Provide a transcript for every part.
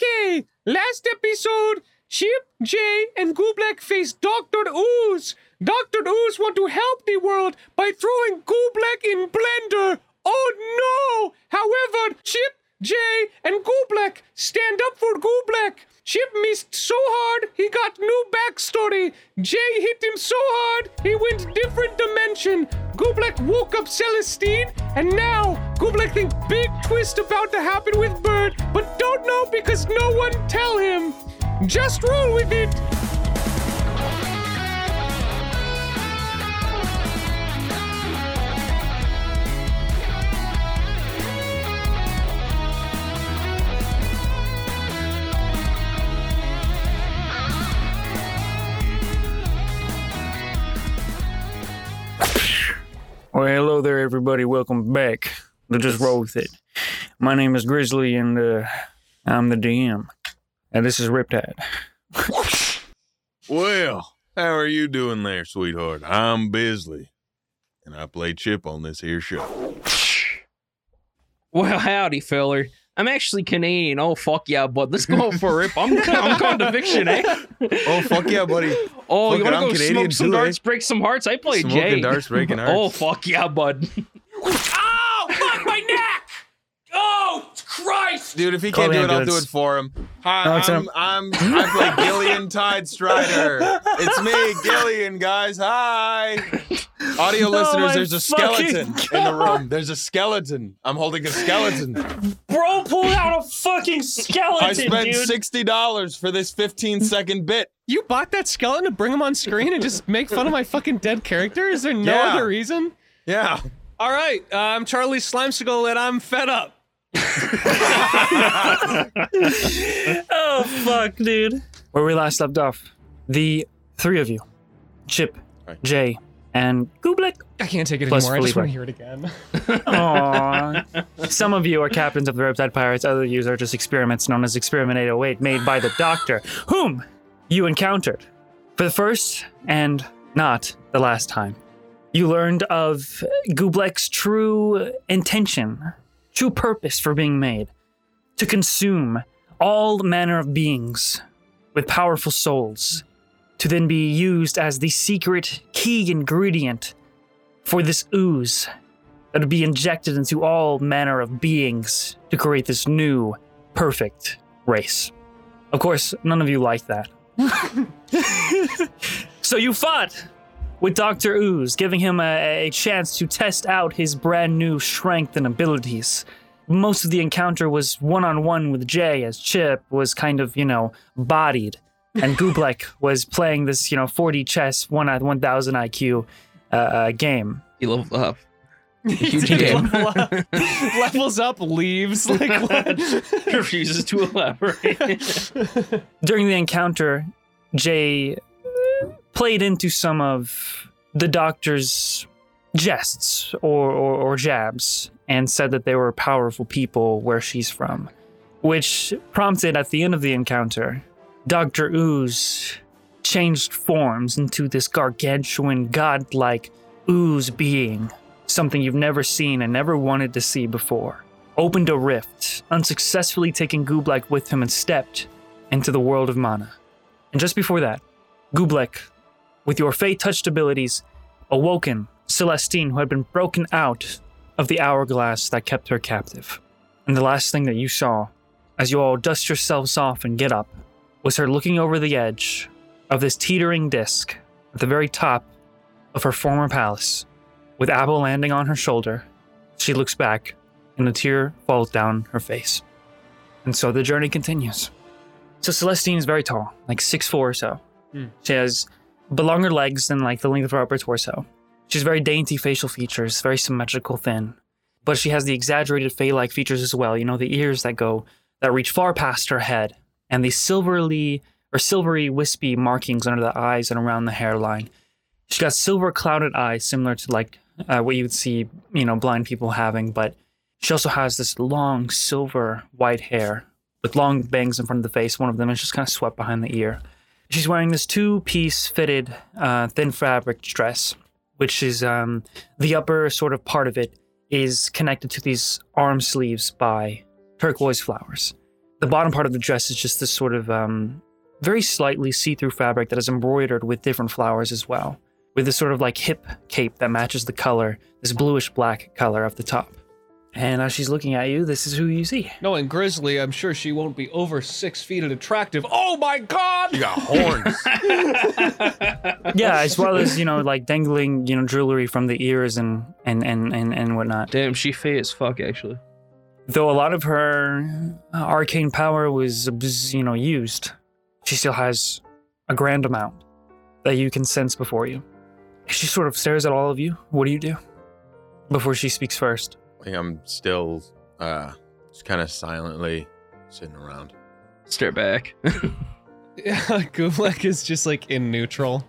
Hey, last episode, Chip, Jay, and Gublek face Dr. Ooze. Dr. Ooze want to help the world by throwing Gublek in blender. Oh no! However, Chip, Jay, and Gublek stand up for Gublek. Chip missed so hard, he got new backstory. Jay hit him so hard, he went different dimension. Gublek woke up Celestine, and now Gublek think big twist about to happen with Bird, but don't know because no one tell him. Just roll with it. Well, hello there, everybody. Welcome back to Just Roll With It. My name is Grizzly, and uh, I'm the DM. And this is Riptide. Well, how are you doing there, sweetheart? I'm Bisley, and I play Chip on this here show. Well, howdy, feller. I'm actually Canadian. Oh, fuck yeah, bud. Let's go for a rip. I'm, I'm conviction, eh? Oh, fuck yeah, buddy. Oh, Fuck it, you want to I'm go Canadian smoke some too, eh? darts, break some hearts? I play Smoking Jay. darts, breaking hearts. Oh, fuck yeah, bud. Oh, fuck my neck! Oh, Christ! Dude, if he Call can't do the it, I'll do ambulance. it for him. Hi, No, it's I'm, I'm, I play Gillian Tide Strider. It's me, Gillian, guys. Hi. Audio listeners, my there's a fucking skeleton in the room. There's a skeleton. I'm holding a skeleton. Bro pulled out a fucking skeleton, I spent dude. $60 for this 15 second bit. You bought that skeleton to bring him on screen and just make fun of my fucking dead character? Is there no Yeah. other reason? Yeah. All right, uh, I'm Charlie Slimesicle and I'm fed up. oh fuck, dude. Where we last left off, the three of you, Chip, Right. Jay, and Gublek. I can't take it Plus anymore. I just Felipe. want to hear it again. Aww. Some of you are captains of the Riptide Pirates, other of you are just experiments known as Experiment 808 made by the Doctor, whom you encountered for the first and not the last time. You learned of Gublek's true intention, true purpose for being made to consume all manner of beings with powerful souls, to then be used as the secret key ingredient for this ooze that would be injected into all manner of beings to create this new, perfect race. Of course, none of you like that. so you fought with Dr. Ooze, giving him a, a chance to test out his brand new strength and abilities. Most of the encounter was one on one with Jay, as Chip was kind of, you know, bodied. And Gublek was playing this, you know, 40 chess, one 1000 IQ uh, uh, game. You love uh, He huge did game. level up- levels up, leaves. Like what? Refuses to elaborate. during the encounter, Jay uh, played into some of the doctor's jests or, or, or jabs and said that they were powerful people where she's from, which prompted at the end of the encounter, Dr. Ooze changed forms into this gargantuan, godlike ooze being, something you've never seen and never wanted to see before. Opened a rift, unsuccessfully taking Gublek with him and stepped into the world of mana. And just before that, Gublek, with your fey touched abilities, awoken Celestine, who had been broken out of the hourglass that kept her captive. And the last thing that you saw, as you all dust yourselves off and get up, was her looking over the edge of this teetering disc at the very top of her former palace. With Abel landing on her shoulder, she looks back and a tear falls down her face. And so the journey continues. So Celestine is very tall, like six four or so. She has but longer legs than like the length of her upper torso. She's very dainty facial features, very symmetrical, thin. But she has the exaggerated fey-like features as well. You know, the ears that go that reach far past her head, and the silverly or silvery wispy markings under the eyes and around the hairline. She's got silver clouded eyes, similar to like uh, what you would see, you know, blind people having. But she also has this long silver white hair with long bangs in front of the face. One of them is just kind of swept behind the ear. She's wearing this two piece fitted uh, thin fabric dress, which is um, the upper sort of part of it is connected to these arm sleeves by turquoise flowers. the bottom part of the dress is just this sort of um, very slightly see-through fabric that is embroidered with different flowers as well, with this sort of like hip cape that matches the color, this bluish black color of the top. And as she's looking at you, this is who you see. No, and Grizzly, I'm sure she won't be over six feet and attractive. Oh my god! You got horns. Yeah, as well as you know, like dangling you know jewelry from the ears and and and and, and whatnot. Damn, she fey as fuck, actually. Though a lot of her uh, arcane power was abs- you know used, she still has a grand amount that you can sense before you. She sort of stares at all of you. What do you do? Before she speaks first. I'm still uh, just kind of silently sitting around. Stare back. Yeah, Gublek is just like in neutral.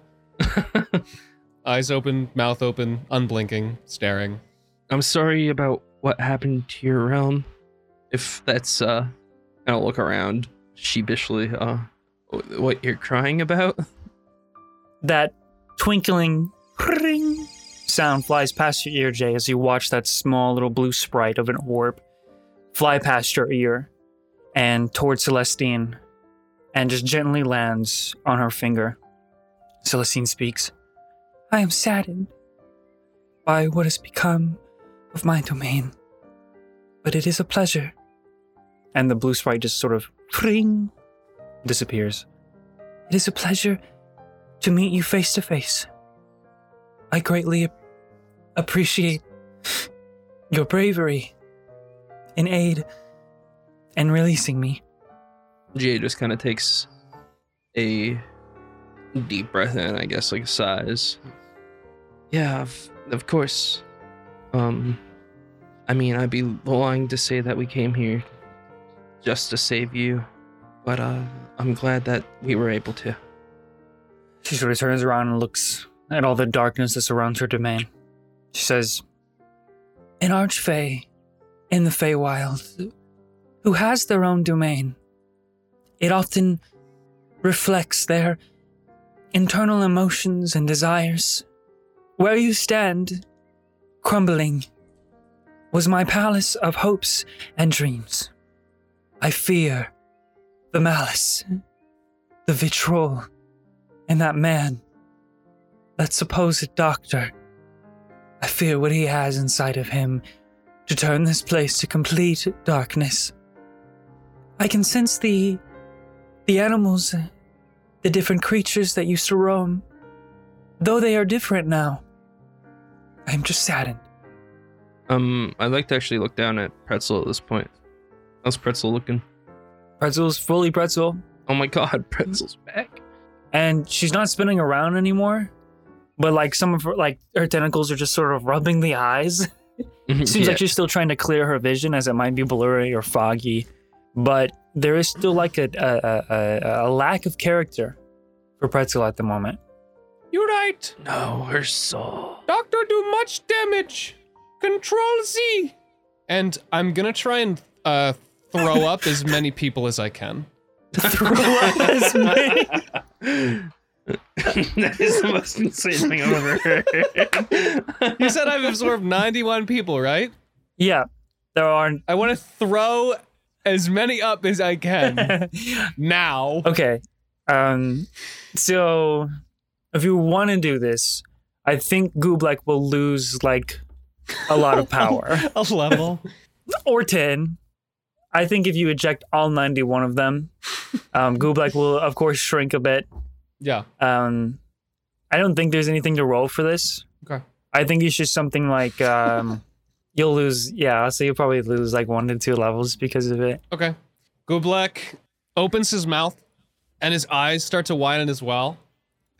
Eyes open, mouth open, unblinking, staring. I'm sorry about what happened to your realm. If that's uh I don't look around sheepishly, uh wh- what you're crying about? that twinkling ring sound flies past your ear, Jay, as you watch that small little blue sprite of an orb fly past your ear and towards Celestine and just gently lands on her finger. Celestine speaks I am saddened by what has become of my domain, but it is a pleasure. And the blue sprite just sort of ring disappears. It is a pleasure to meet you face to face. I greatly ap- appreciate your bravery in aid and releasing me. Jay just kinda takes a deep breath in, I guess, like a sighs. Yeah, of, of course. Um I mean I'd be lying to say that we came here just to save you. But uh I'm glad that we were able to. She sort of turns around and looks at all the darkness that surrounds her domain. She says, An archfey in the Feywild who has their own domain, it often reflects their internal emotions and desires. Where you stand, crumbling, was my palace of hopes and dreams. I fear the malice, the vitriol, and that man, that supposed doctor, I fear what he has inside of him to turn this place to complete darkness. I can sense the the animals, the different creatures that used to roam. Though they are different now, I am just saddened. Um, I'd like to actually look down at Pretzel at this point. How's Pretzel looking? Pretzel's fully pretzel, Oh my god, Pretzel's back. and she's not spinning around anymore. But like some of her like her tentacles are just sort of rubbing the eyes. Seems like she's still trying to clear her vision as it might be blurry or foggy, but there is still like a a, a, a, a lack of character for Pretzel at the moment. You're right. no, her soul. Doctor do much damage. Control Z. And I'm gonna try and uh, throw up as many people as I can. that is the most insane thing I've ever heard. You said I've absorbed 91 people, right? yeah, there are. I want to throw as many up as I can now. Okay, um, so if you want to do this, I think Gublek will lose like a lot of power A level. or ten. I think if you eject all ninety-one of them, um, Gublek will of course shrink a bit. Yeah. Um, I don't think there's anything to roll for this. Okay. I think it's just something like um, you'll lose. Yeah, I'll say you'll probably lose like one to two levels because of it. Okay. Gublek opens his mouth and his eyes start to widen as well.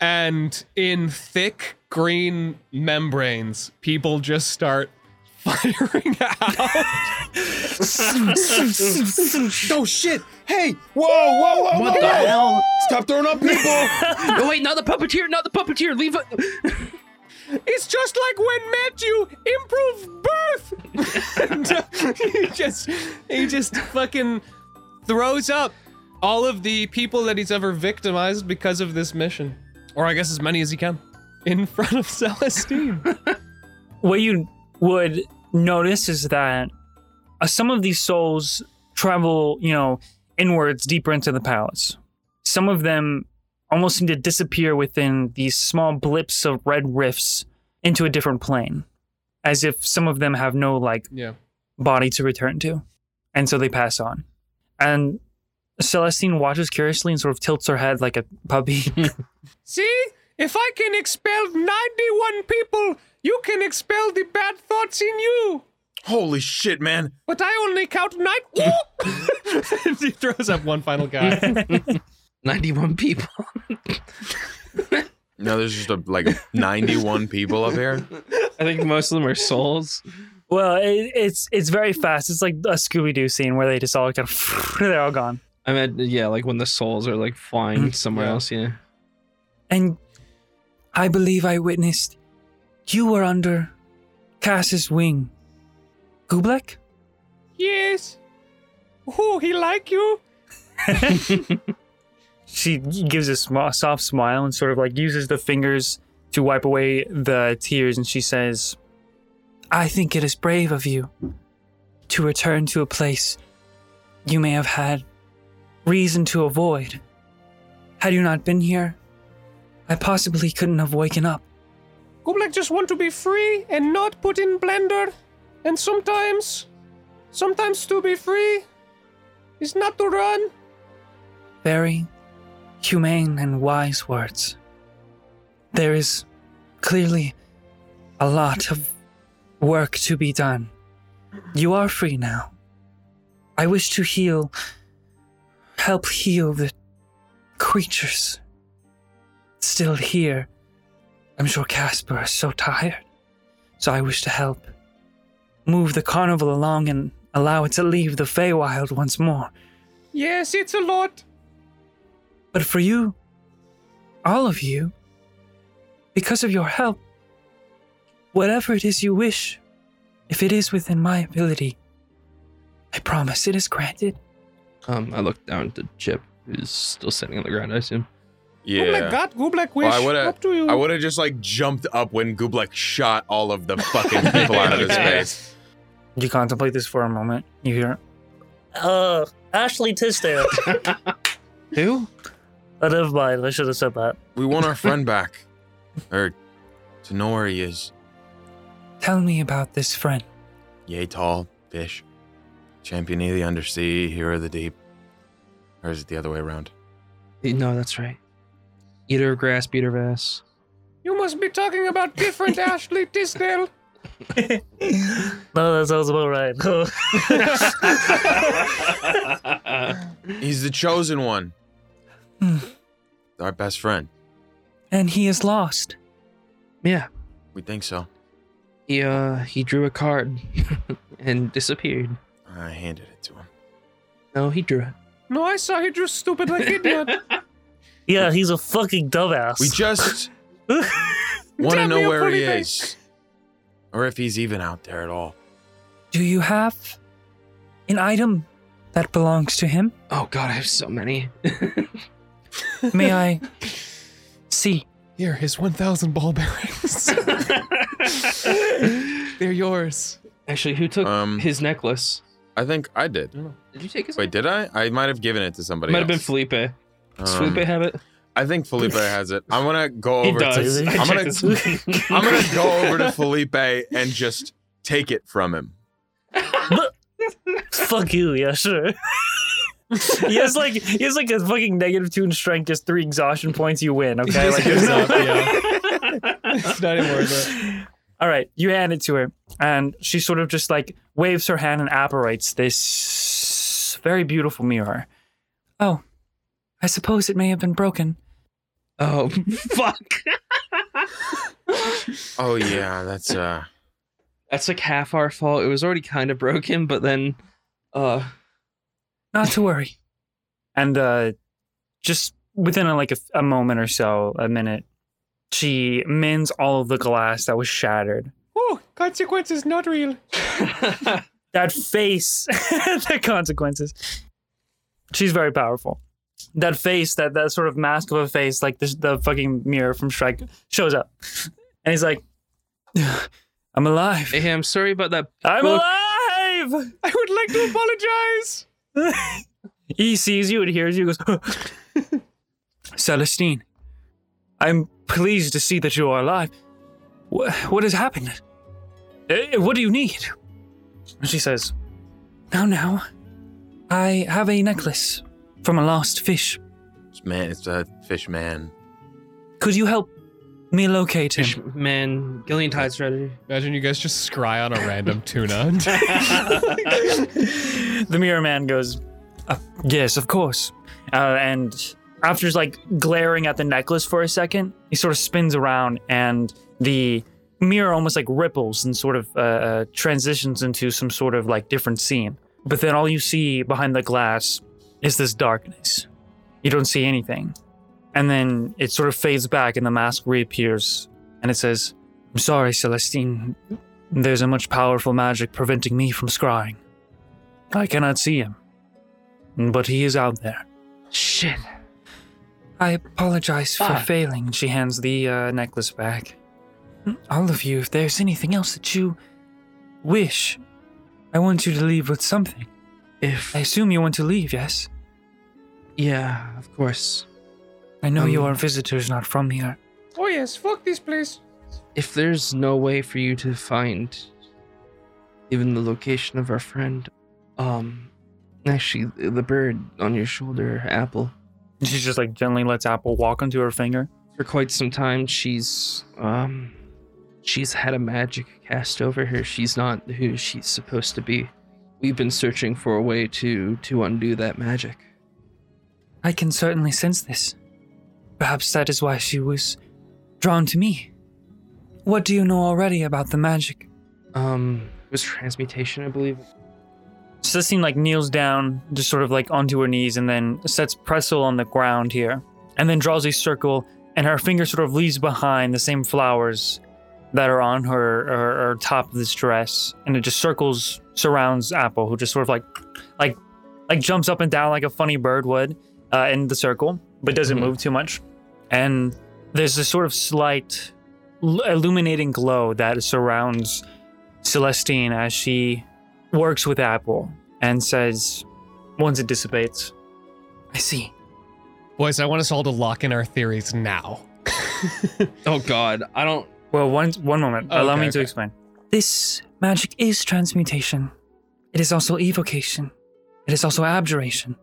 And in thick green membranes, people just start firing out. Oh shit! Hey! Whoa! Whoa! Whoa! What the hell? Stop throwing up people! oh wait, not the puppeteer, not the puppeteer. Leave it. it's just like when Matthew improved birth. and, uh, he just he just fucking throws up all of the people that he's ever victimized because of this mission. Or I guess as many as he can. In front of Celestine. What you would notice is that uh, some of these souls travel, you know, inwards deeper into the palace. Some of them almost seem to disappear within these small blips of red rifts into a different plane, as if some of them have no like Yeah. body to return to. And so they pass on. And Celestine watches curiously and sort of tilts her head like a puppy. See? If I can expel 91 people, you can expel the bad thoughts in you. Holy shit, man. But I only count nine. he throws up one final guy. 91 people. No, there's just a, like 91 people up here. I think most of them are souls. well, it, it's it's very fast. It's like a Scooby Doo scene where they just all kind of they're all gone. I mean, yeah, like when the souls are like flying somewhere else. Mm, Yeah. And I believe I witnessed you were under Cass's wing. Gublek? yes. Oh, he like you? She gives a sm- soft smile and sort of like uses the fingers to wipe away the tears and she says, I think it is brave of you to return to a place you may have had reason to avoid. Had you not been here, I possibly couldn't have waken up. Gublek just want to be free and not put in blender. And sometimes, sometimes to be free is not to run. very humane and wise words. There is clearly a lot of work to be done. You are free now. I wish to heal, help heal the creatures still here. I'm sure Casper is so tired, so I wish to help move the carnival along and allow it to leave the Feywild once more. Yes, it's a lot. But for you, all of you, because of your help, whatever it is you wish, if it is within my ability, I promise it is granted. Um, I looked down to Chip, who's still sitting on the ground. I assume. Gublek Yeah. got Gublek wish. Well, I would have. Up to you. I would have just like jumped up when Gublek shot all of the fucking people out of his face. You contemplate this for a moment. You hear, Uh, Ashley Tisdale. Who? oh, never mind. I should have said that. We want our friend back, or to know where he is. Tell me about this friend. Yay, tall fish, champion of the undersea, hero of the deep. Or is it the other way around? No, that's right. Eater of grass, beater of ass. You must be talking about different Ashley Tisdale. No, that sounds about right. He's the chosen one. Hmm. Our best friend. And he is lost. Yeah. We think so. He uh he drew a card and disappeared. I handed it to him. No, he drew it. No, I saw he drew stupid like idiot. yeah, he's a fucking dumbass. We just want to Tell me know a where he funny thing. is, or if he's even out there at all. Do you have an item that belongs to him? Oh god, I have so many. May I see? Here, his 1,000 ball bearings. They're yours. Actually, who took Um, his necklace? I think I did. Did you take his? Wait, did I? I might have given it to somebody. Might have been else. Felipe. Does Um, Felipe have it? I think Felipe has it. I'm gonna go He over. does. To, I Uh, I'm gonna. checked this morning. I'm gonna go over to Felipe and just take it from him. Fuck you. Yeah, sure. He has like he has like a fucking negative two in strength, just three exhaustion points. You win. Okay, like there's no- It's not even worth it. All right, you hand it to her, and she sort of just like waves her hand and apparates this very beautiful mirror. Oh, I suppose it may have been broken. Oh fuck! Oh yeah, that's uh. That's like half our fault. It was already kind of broken, but then, uh, Not to worry. and uh, just within a, like a, a moment or so, a minute, she mends all of the glass that was shattered. Oh, consequences not real. That face, the consequences. She's very powerful. That face, that that sort of mask of a face, like the, the fucking mirror from Shrek, shows up, and he's like, "I'm alive. hey, I'm sorry about that. I'm Look. alive." I would like to apologize. He sees you and hears you. Goes, Celestine, I'm pleased to see that you are alive. Wha what has happened? Eh, what do you need? And she says, Now, now, I have a necklace from a lost fish. It's man, it's a fish man. Could you help me locate him? Fish man, Gillian Tide Strategy. Imagine you guys just scry on a random tuna. the mirror man goes, "Uh, Yes, of course. Uh, and after just like glaring at the necklace for a second, he sort of spins around and the mirror almost like ripples and sort of uh, uh, transitions into some sort of like different scene. But then all you see behind the glass is this darkness. You don't see anything. And then it sort of fades back and the mask reappears and it says, I'm sorry, Celestine. There's a much powerful magic preventing me from scrying. I cannot see him, but he is out there. Shit. I apologize for Fuck. failing. Ah. She hands the uh, necklace back. All of you, if there's anything else that you wish, I want you to leave with something. If I assume you want to leave, yes? yeah, of course. I know you Um, are visitors, not from here. oh yes, fuck this place. If there's no way for you to find even the location of our friend, um, actually the bird on your shoulder, Apple. She just like gently lets Apple walk onto her finger. For quite some time, she's um, she's had a magic cast over her. She's not who she's supposed to be. We've been searching for a way to to undo that magic. I can certainly sense this. Perhaps that is why she was drawn to me. What do you know already about the magic? Um, it was transmutation, I believe. Celestine like kneels down, just sort of like onto her knees, and then sets Pretzel on the ground here, and then draws a circle, and her finger sort of leaves behind the same flowers that are on her her, her top of this dress, and it just circles surrounds Apple, who just sort of like like like jumps up and down like a funny bird would uh, in the circle, but doesn't Mhm. move too much, and there's this sort of slight l- illuminating glow that surrounds Celestine as she works with Apple and says, once it dissipates, I see. Boys, I want us all to lock in our theories now. Oh God, I don't. Well, one one moment. Oh, Allow Okay, me to okay. explain. This magic is transmutation. It is also evocation. It is also abjuration,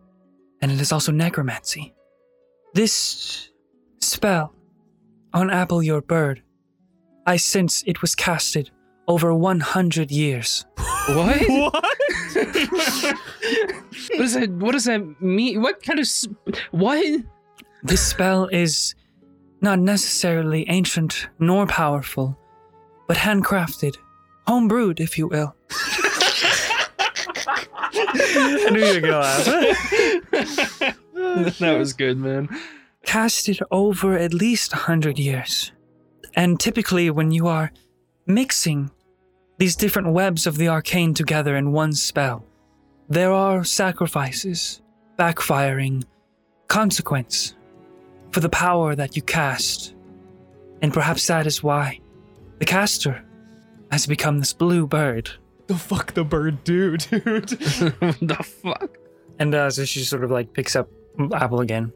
and it is also necromancy. This spell on Apple your bird, I sense it was casted over 100 years. What? what? what does that? What does that mean? What kind of? s- What? This spell is not necessarily ancient nor powerful, but handcrafted, homebrewed, if you will. I knew you were gonna laugh. that was good, man. Casted over at least 100 years. And typically, when you are mixing these different webs of the arcane together in one spell, there are sacrifices, backfiring, consequence for the power that you cast. And perhaps that is why the caster has become this blue bird. The fuck the bird do, dude? what the fuck? And uh, so she sort of like picks up Apple again.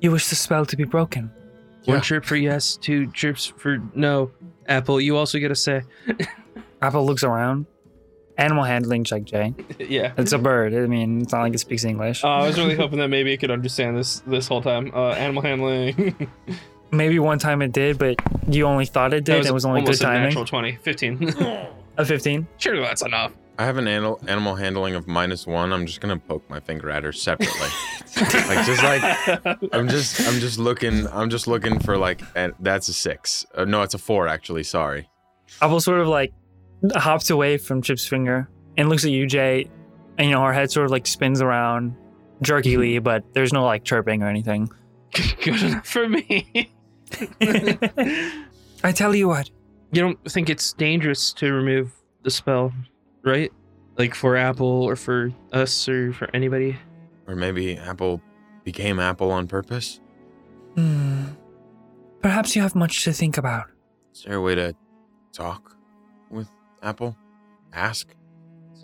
You wish the spell to be broken. One chirp for yes, two chirps for no. Apple, you also get to say. Apple looks around. Animal handling check, Jay. Yeah. It's a bird. I mean, it's not like it speaks English. Uh, I was really hoping that maybe it could understand this this whole time. Uh, animal handling. Maybe one time it did, but you only thought it did. and it was only good almost a timing. natural 20. 15. A 15. Surely that's enough. I have an animal animal handling of minus one. I'm just gonna poke my finger at her separately. like just like I'm just I'm just looking I'm just looking for like and that's a six. Uh, no, it's a four actually. Sorry. Apple sort of like hops away from Chip's finger and looks at you, Jay. And you know, her head sort of like spins around jerkily, but there's no like chirping or anything. good enough for me. I tell you what, You don't think it's dangerous to remove the spell, right? Like for Apple or for us or for anybody? Or maybe Apple became Apple on purpose. hmm, perhaps you have much to think about. Is there a way to talk with Apple? Ask.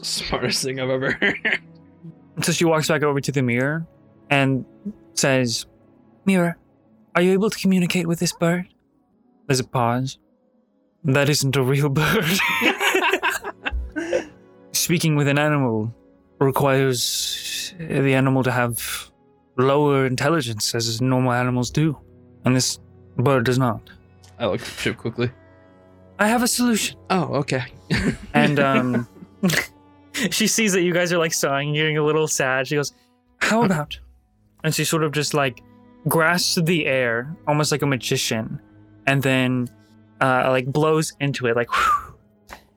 Smartest thing I've ever heard. So she walks back over to the mirror and says, Mirror, are you able to communicate with this bird? There's a pause. That isn't a real bird. Speaking with an animal requires the animal to have lower intelligence, as normal animals do. And this bird does not. I looked at Chip quickly. I have a solution. Oh, okay. And, um,. she sees that you guys are like sighing, getting a little sad. She goes, how about and she sort of just like grasps the air almost like a magician and then uh, like blows into it like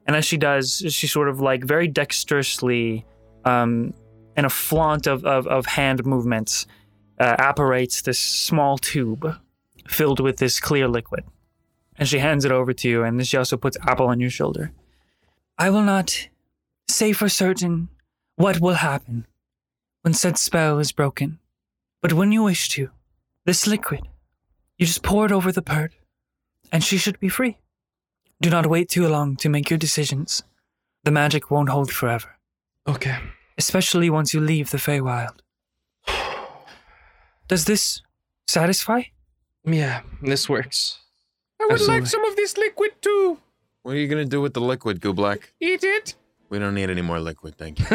and as she does she sort of like very dexterously um, in a flaunt of, of, of hand movements uh, apparates this small tube filled with this clear liquid and she hands it over to you and then she also puts apple on your shoulder i will not say for certain what will happen when said spell is broken. But when you wish to, this liquid, you just pour it over the bird, and she should be free. Do not wait too long to make your decisions. The magic won't hold forever, Okay. especially once you leave the Feywild. Does this satisfy? Yeah, this works. I would Absolutely. like some of this liquid too. What are you gonna do with the liquid, Gublak? Eat it. We don't need any more liquid, thank you.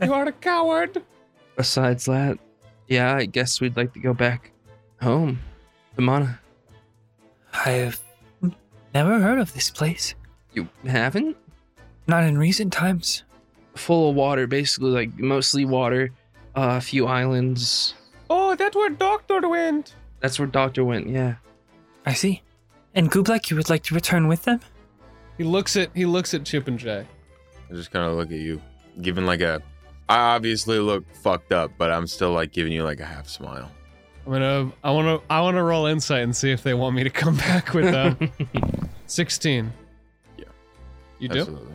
You are a coward. Besides that, yeah, I guess we'd like to go back home to Mana. I have never heard of this place. You haven't? Not in recent times. Full of water, basically, like mostly water, uh, a few islands. Oh, that where Doctor went. That's where Doctor went, yeah. I see. And Gublek, you would like to return with them? He looks at he looks at Chip and Jay. I just kind of look at you, giving like a. I obviously look fucked up, but I'm still like giving you like a half smile. I'm gonna I wanna I wanna roll insight and see if they want me to come back with them. Sixteen. Yeah. You do? Absolutely.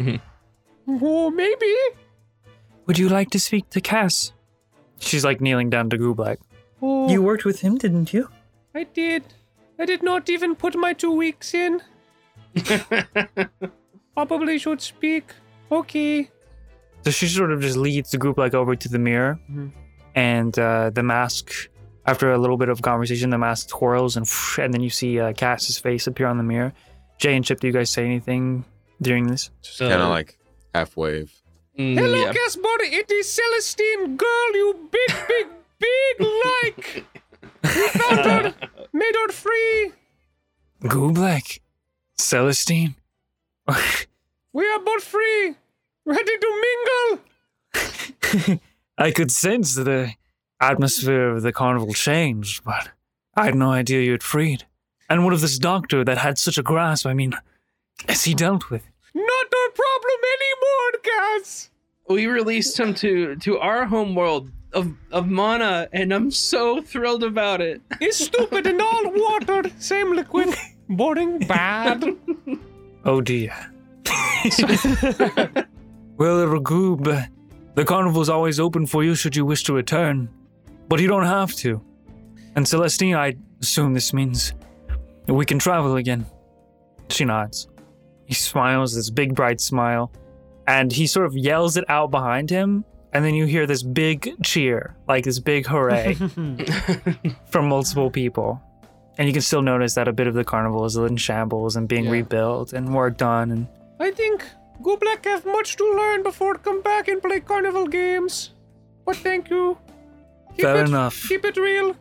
Yeah. Oh, maybe. Would you like to speak to Cass? She's like kneeling down to Gublek. Oh, You worked with him, didn't you? I did. I did not even put my two weeks in. Probably should speak. Okay. So she sort of just leads the group like over to the mirror, Mhm. and uh, the mask. After a little bit of conversation, the mask twirls, and and then you see uh, Cass's face appear on the mirror. Jay and Chip, do you guys say anything during this? Just kind Uh-huh. of like half wave. Mm, Hello, yeah. Gaspar. It is Celestine girl, you big, big, big like. We found her, made her free. Goo Black, Celestine. We are both free. Ready to mingle. I could sense the atmosphere of the carnival changed, but I had no idea you had freed. And what of this doctor that had such a grasp? I mean, as he dealt with. Not our problem anymore, Gas. we released him to to our home world of of Mana, and I'm so thrilled about it. It's stupid and all water, same liquid. Boring, bad. Oh dear. well, Ragoob, the carnival's always open for you should you wish to return, but you don't have to. And Celestine, I assume this means we can travel again. She nods. He smiles, this big bright smile, and he sort of yells it out behind him, and then you hear this big cheer, like this big hooray from multiple people. And you can still notice that a bit of the carnival is in shambles and being Yeah. rebuilt and worked on and I think Go Black have much to learn before come back and play carnival games. But thank you. Keep Fair it, enough. Keep it real.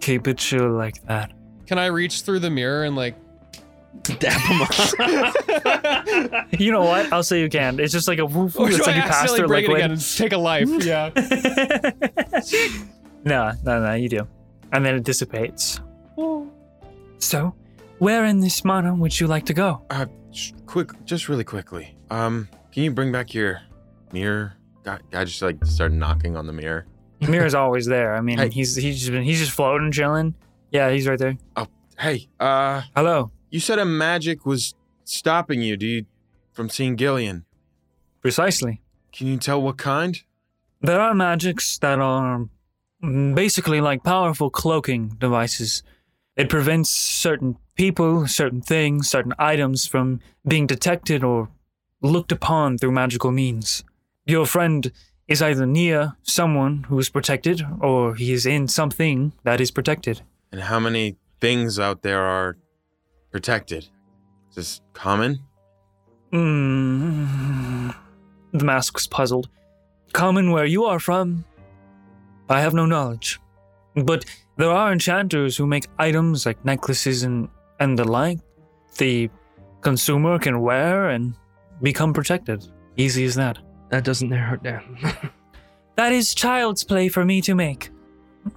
Keep it chill like that. Can I reach through the mirror and like Dap him up. You know what? I'll say you can. It's just like a woof. or it's do like Oh, I you pass accidentally through break it again and liquid. take a life? Yeah. no, no, no, you do. And then it dissipates. Oh, So, where in this mana would you like to go? Uh, sh- quick, just really quickly. Um, can you bring back your mirror? Guy, guy just like started knocking on the mirror. Mirror's always there. I mean, Hey. he's he's just been he's just floating, chilling. Yeah, he's right there. Hey, uh, Hello. you said a magic was stopping you, do you, from seeing Gillian? Precisely. Can you tell what kind? There are magics that are mm, basically like powerful cloaking devices. It prevents certain people, certain things, certain items from being detected or looked upon through magical means. Your friend is either near someone who is protected or he is in something that is protected. And how many things out there are protected? Is this common? Mm. The mask was puzzled. Common where you are from, I have no knowledge. But there are enchanters who make items like necklaces and, and the like the consumer can wear and become protected. Easy as that. That doesn't narrow it down. That is child's play for me to make.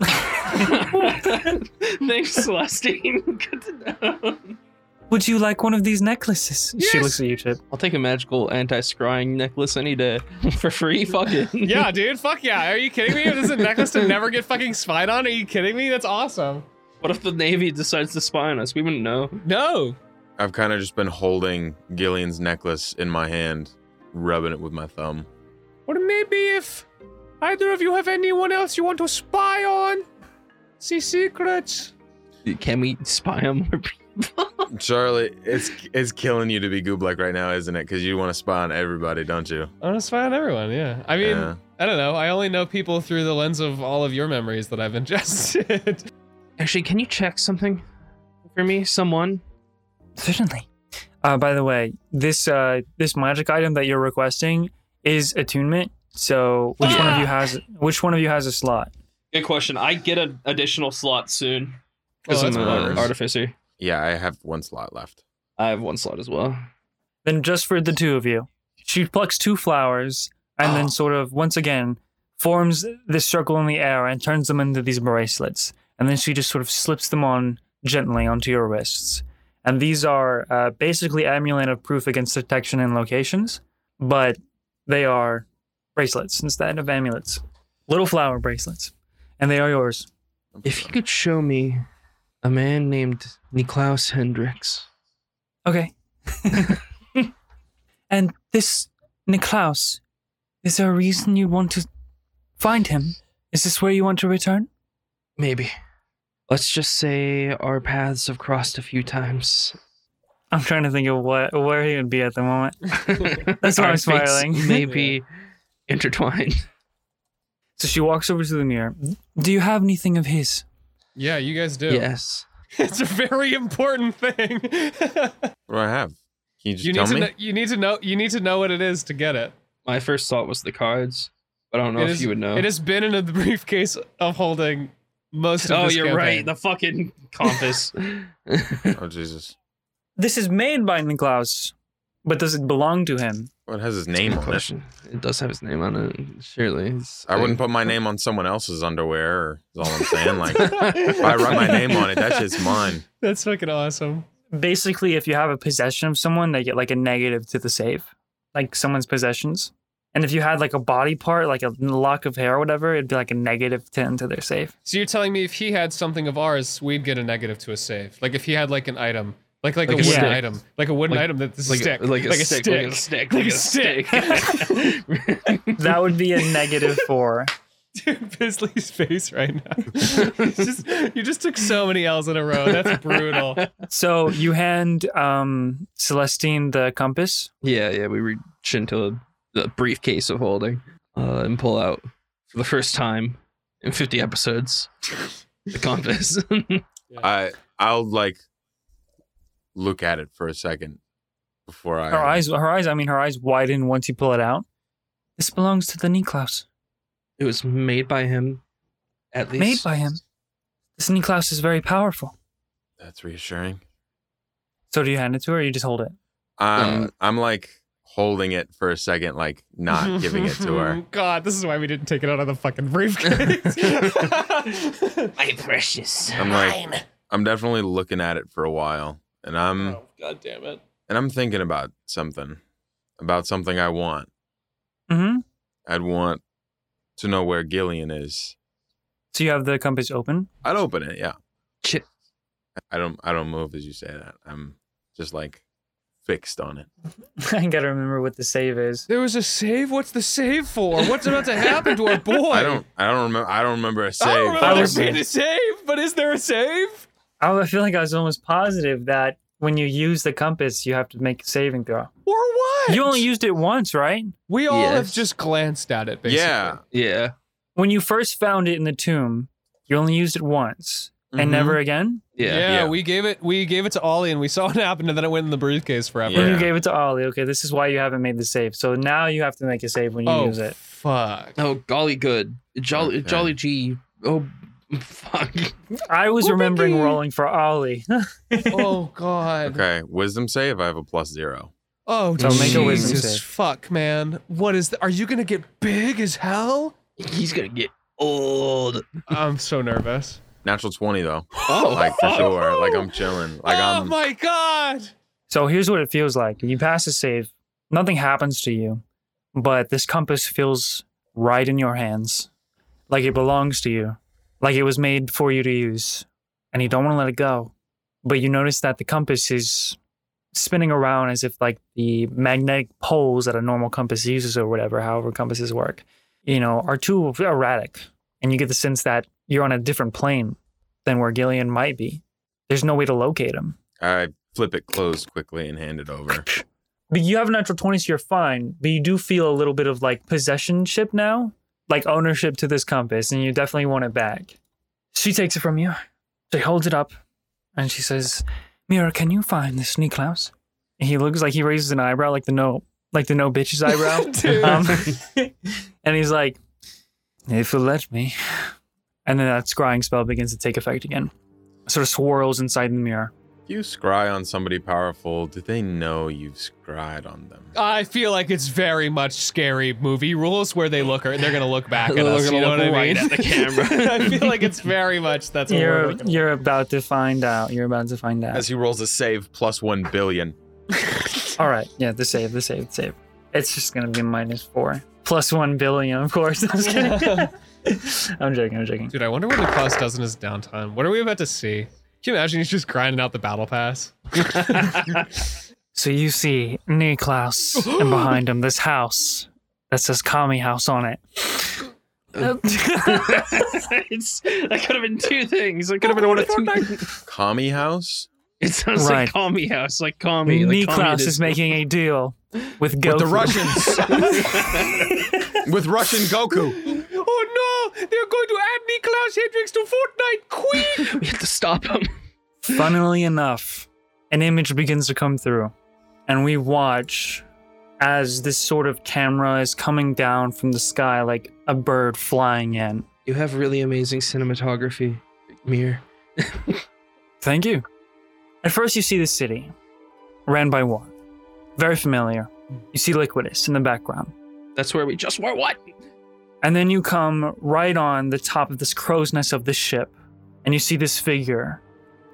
Thanks, Celestine. Good to know. Would you like one of these necklaces? She looks at you, Chip. I'll take a magical anti-scrying necklace any day for free. Fucking Yeah, dude. Fuck yeah. Are you kidding me? This is a necklace to never get fucking spied on. Are you kidding me? That's awesome. What if the navy decides to spy on us? We wouldn't know. No. I've kind of just been holding Gillian's necklace in my hand, rubbing it with my thumb. Or maybe if either of you have anyone else you want to spy on, see secrets. Can we spy on more people? Charlie, it's it's killing you to be Gublek right now, isn't it? Because you want to spy on everybody, don't you? I want to spy on everyone. Yeah. I mean, Yeah. I don't know. I only know people through the lens of all of your memories that I've ingested. Actually, can you check something for me? Someone? Certainly. Uh, by the way, this uh, this magic item that you're requesting is attunement. So which one of you has which one of you has a slot? Good question. I get an additional slot soon. Oh, I'm that's a clever. artificer. Yeah, I have one slot left. I have one slot as well. Then just for the two of you, she plucks two flowers and then sort of once again forms this circle in the air and turns them into these bracelets. And then she just sort of slips them on gently onto your wrists. And these are uh, basically amulet of proof against detection and locations, but they are bracelets instead of amulets. Little flower bracelets. And they are yours. If you could show me a man named Niklaus Hendricks. Okay. and this Niklaus, is there a reason you want to find him? Is this where you want to return? Maybe. Let's just say our paths have crossed a few times. I'm trying to think of what where he would be at the moment. That's why I'm smiling. Maybe intertwined. So she walks over to the mirror. Do you have anything of his? yeah, you guys do. Yes. It's a very important thing. What do I have? Can you just you need tell to me? know, you need to know you need to know what it is to get it. My first thought was the cards, but I don't know It if is- you would know. It has been in the briefcase of holding most of Oh, this you're campaign. right. The fucking compass. oh Jesus! This is made by Niklaus, but does it belong to him? What has his Good name on it? question. It does have his name on it. Surely. It's- I wouldn't put my name on someone else's underwear. Or, is all I'm saying. Like, if I write my name on it, that shit's mine. That's fucking awesome. Basically, if you have a possession of someone, they get like a negative to the save, like someone's possessions. And if you had like a body part, like a lock of hair or whatever, it'd be like a negative 10 to their save. So you're telling me if he had something of ours, we'd get a negative to a save. Like if he had like an item, like like, Like a, a wooden stick. item, like a wooden Like- item that this like stick, a, like a stick, like a stick, like a stick. That would be a negative four. Dude, Bisley's face right now. It's just, you just took so many L's in a row. That's brutal. So you hand um, Celestine the compass. yeah, yeah. We reach into the briefcase of holding uh, and pull out for the first time in 50 episodes the compass. I I'll like look at it for a second before I. Oh, Her eyes, her eyes. I mean, her eyes widen once you pull it out. This belongs to the Niklaus, it was made by him, at least. made by him. This Niklaus is very powerful. That's reassuring. So do you hand it to her, or you just hold it? Um, Um, I'm like holding it for a second, like not giving it to her. God, this is why we didn't take it out of the fucking briefcase. My precious. I'm like, I'm definitely looking at it for a while, and I'm Oh, God damn it. and I'm thinking about something, about something I want. Mm-hmm. I'd want to know where Gillian is. So you have the compass open. I'd open it, yeah. Chip. I don't, I don't move as you say that. I'm just like fixed on it. I gotta remember what the save is. there was a save. What's the save for? What's about to happen to our boy? I don't, I don't remember. I don't remember a save. I don't I remember was- seeing a save, but is there a save? I I feel like I was almost positive that when you use the compass, you have to make a saving throw. Or what? You only used it once, right? We all have Yes. just glanced at it, basically. Yeah. Yeah. When you first found it in the tomb, you only used it once and Mhm. never again. Yeah, Yeah. Yeah. we gave it we gave it to Ollie and we saw it happen and then it went in the briefcase forever. And you Yeah. gave it to Ollie. Okay, this is why you haven't made the save. So now you have to make a save when you Oh use it. fuck. Oh, golly good. Jolly, Okay. jolly G. Oh, fuck. I was Whoopee remembering dee. rolling for Ollie. oh god. Okay. Wisdom save. I have a plus zero. Oh So make a wisdom Jesus save. fuck, man. What is the, are you gonna get big as hell? He's gonna get old. I'm so nervous. Natural twenty though. Oh, Like for sure. Like I'm chilling. Like oh I'm. my god. So here's what it feels like. You pass the save, nothing happens to you, but this compass feels right in your hands, like it belongs to you, like it was made for you to use, and you don't want to let it go. But you notice that the compass is spinning around as if like the magnetic poles that a normal compass uses or whatever, however compasses work, you know, are too erratic. And you get the sense that you're on a different plane than where Gillian might be. There's no way to locate him. I flip it closed quickly and hand it over. But you have a natural 20, so you're fine. But you do feel a little bit of like possessionship now, like ownership to this compass, and you definitely want it back. She takes it from you. She holds it up and she says, Mira, can you find this Niklaus? And he looks like he raises an eyebrow, like the no, like the no bitch's eyebrow. Dude. um, and he's like, if you'll let me. And then that scrying spell begins to take effect again. Sort of swirls inside the mirror. You scry on somebody powerful. Do they know you've scried on them? I feel like it's very much scary movie rules where they look or they're gonna look back at They're us. gonna You know look what I right mean? at the camera. I feel like it's very much that's what we're You're looking you're about to find out. You're about to find out. As he rolls a save plus one billion. All right. Yeah, the save, the save, the save. It's just going to be minus four. Plus one billion, of course. I'm, just kidding. I'm joking. I'm joking. Dude, I wonder what Klaus does in his downtime. What are we about to see? Can you imagine he's just grinding out the battle pass? So you see Niklaus and behind him this house that says Kami House on it. it's, that could have been two things. It could have been one of two. Kami House? It sounds Right. like Kami House, like Kami. Like Niklaus Kami is making a deal with Goku. With the Russians. With Russian Goku. Oh no! They're going to add Niklaus Hendricks to Fortnite Queen! We have to stop him. Funnily enough, an image begins to come through, and we watch as this sort of camera is coming down from the sky like a bird flying in. You have really amazing cinematography, Mir. Thank you. At first, you see the city, ran by water, very familiar. You see Liquidus in the background. That's where we just were. What? And then you come right on the top of this crow's nest of this ship, and you see this figure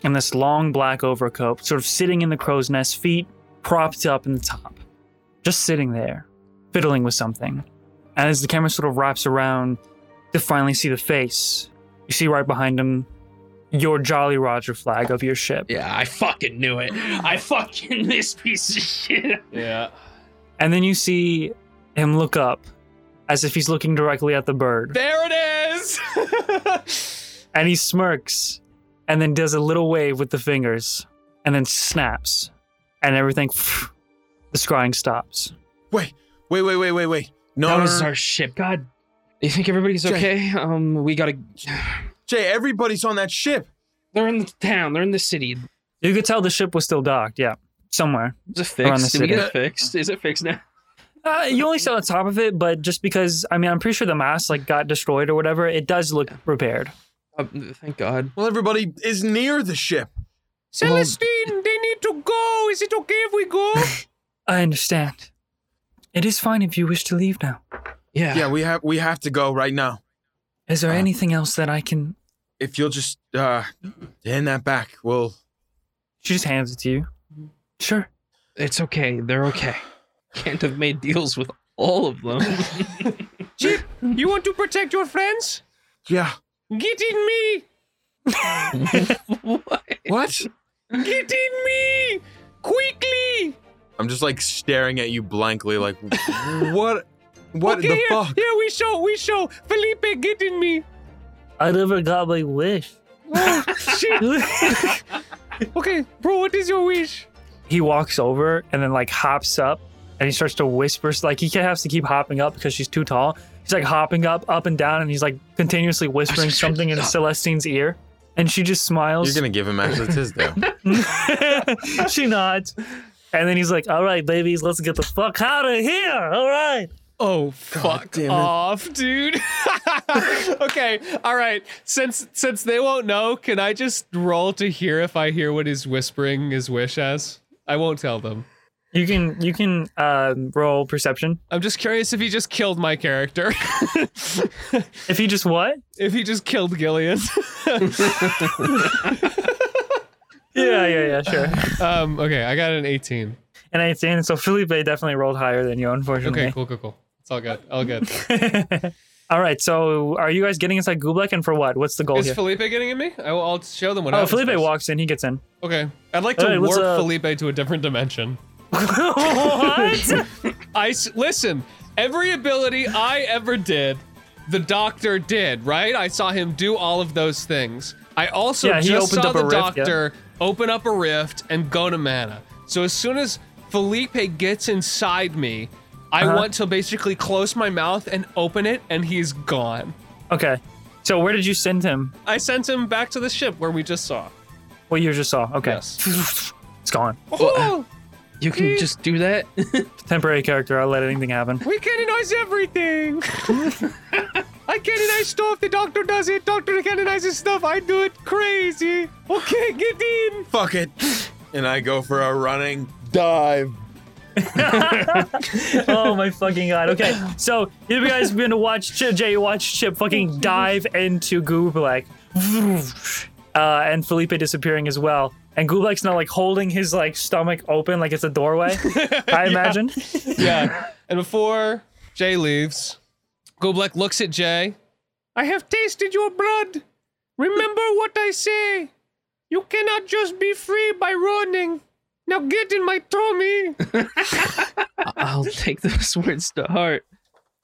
in this long black overcoat, sort of sitting in the crow's nest, feet propped up in the top, just sitting there, fiddling with something. And as the camera sort of wraps around to finally see the face, you see right behind him your Jolly Roger flag of your ship. Yeah, I fucking knew it. I fucking this piece of shit. Yeah. And then you see him look up as if he's looking directly at the bird. There it is! And he smirks and then does a little wave with the fingers and then snaps. And everything, the scrying stops. Wait, wait, wait, wait, wait, wait. No, That no, was no, no. our ship. God. You think everybody's Jay. okay? Um, we gotta. Jay, everybody's on that ship. They're in the town. They're in the city. You could tell the ship was still docked, yeah, somewhere. Is it Around the fixed? Did city. we get it fixed? Is it fixed now? Uh, you only saw the top of it, but just because, I mean, I'm pretty sure the mast like got destroyed or whatever, it does look repaired. Um, thank God. Well, everybody is near the ship. Celestine, they need to go! Is it okay if we go? I understand. It is fine if you wish to leave now. Yeah. Yeah, we have we have to go right now. Is there Uh, anything else that I can If you'll just uh hand that back, we'll She just hands it to you. Sure. It's okay. They're okay. Can't have made deals with all of them. Chip, you want to protect your friends? Yeah. Get in me! what? What? Get in me! Quickly! I'm just like staring at you blankly like what what okay, the here, fuck? here we show, we show. Felipe, get in me. I never got my wish. Shit. Okay, bro, what is your wish? he walks over and then like hops up and he starts to whisper. Like he has to keep hopping up because she's too tall. He's like hopping up, up and down, and he's like continuously whispering something in Celestine's ear. And she just You're smiles. gonna give him Ashley Tisdale. she nods. And then he's like, "All right, babies, let's get the fuck out of here. All right." Oh fuck off, dude. okay, all right. Since since they won't know, can I just roll to hear if I hear what he's whispering his wish as? I won't tell them. You can you can um roll perception. I'm just curious if he just killed my character. If you just what? if he just killed Gillian. Yeah, yeah, yeah, sure. um, okay, I got an 18. And I understand. So Felipe definitely rolled higher than you, unfortunately. Okay, cool, cool, cool. It's all good. All good. All right, so are you guys getting inside Gublek and for what? What's the goal Is here? Felipe getting in me? I will, I'll show them what oh, happens Felipe first. walks in. He gets in. Okay. I'd like to Hey, what's warp up? Felipe to a different dimension. what? I s- listen. Every ability I ever did, the doctor did. Right? I saw him do all of those things. I also Yeah, he just opened saw up the a rift, yeah. doctor open up a rift and go to mana. So as soon as Felipe gets inside me, I Uh-huh. want to basically close my mouth and open it, and he's gone. okay, so where did you send him? I sent him back to the ship where we just saw. What you just saw? Okay, Yes. it's gone. Oh, You can just do that. Temporary character. I'll let anything happen. We canonize everything. I canonize stuff. The doctor does it. Doctor canonizes stuff. I do it crazy. Okay, get in. Fuck it. And I go for a running dive. oh my fucking god. Okay, so you guys are gonna watch Chip, Jay watch Chip fucking dive into Gublek, uh, and Felipe disappearing as well. And Gublek's now like holding his like stomach open like it's a doorway. I imagine. yeah. And before Jay leaves, Goblek looks at Jay. I have tasted your blood. Remember what I say. You cannot just be free by running. Now get in my tummy. I'll take those words to heart.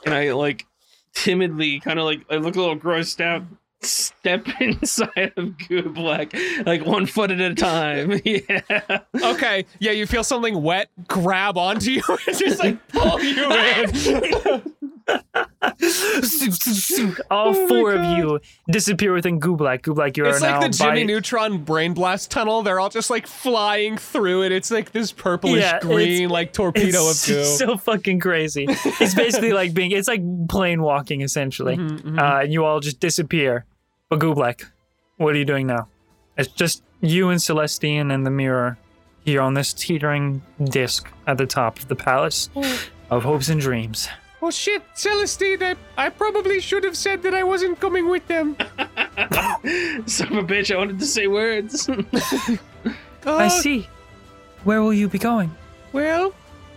And I like timidly kind of like I look a little grossed out. Step inside of Gublek, like one foot at a time. Yeah. Okay, yeah, you feel something wet grab onto you and just like pull you in. All four of you disappear within Gublak. Gublak, you are Oh It's now like the Jimmy by- Neutron brain blast tunnel. They're all just like flying through it. It's like this purplish Yeah, it's- green, like It's torpedo of goo. so fucking crazy. It's basically like being. It's like plane walking essentially, uh, and you all just disappear. But Gublak, what are you doing now? It's just you and Celestine and the mirror here on this teetering disc at the top of the palace of hopes and dreams. Oh shit, Celestine, I, I probably should have said that I wasn't coming with them. Son of a bitch, I wanted to say words. I Uh, see. Oh. Where will you be going? Well,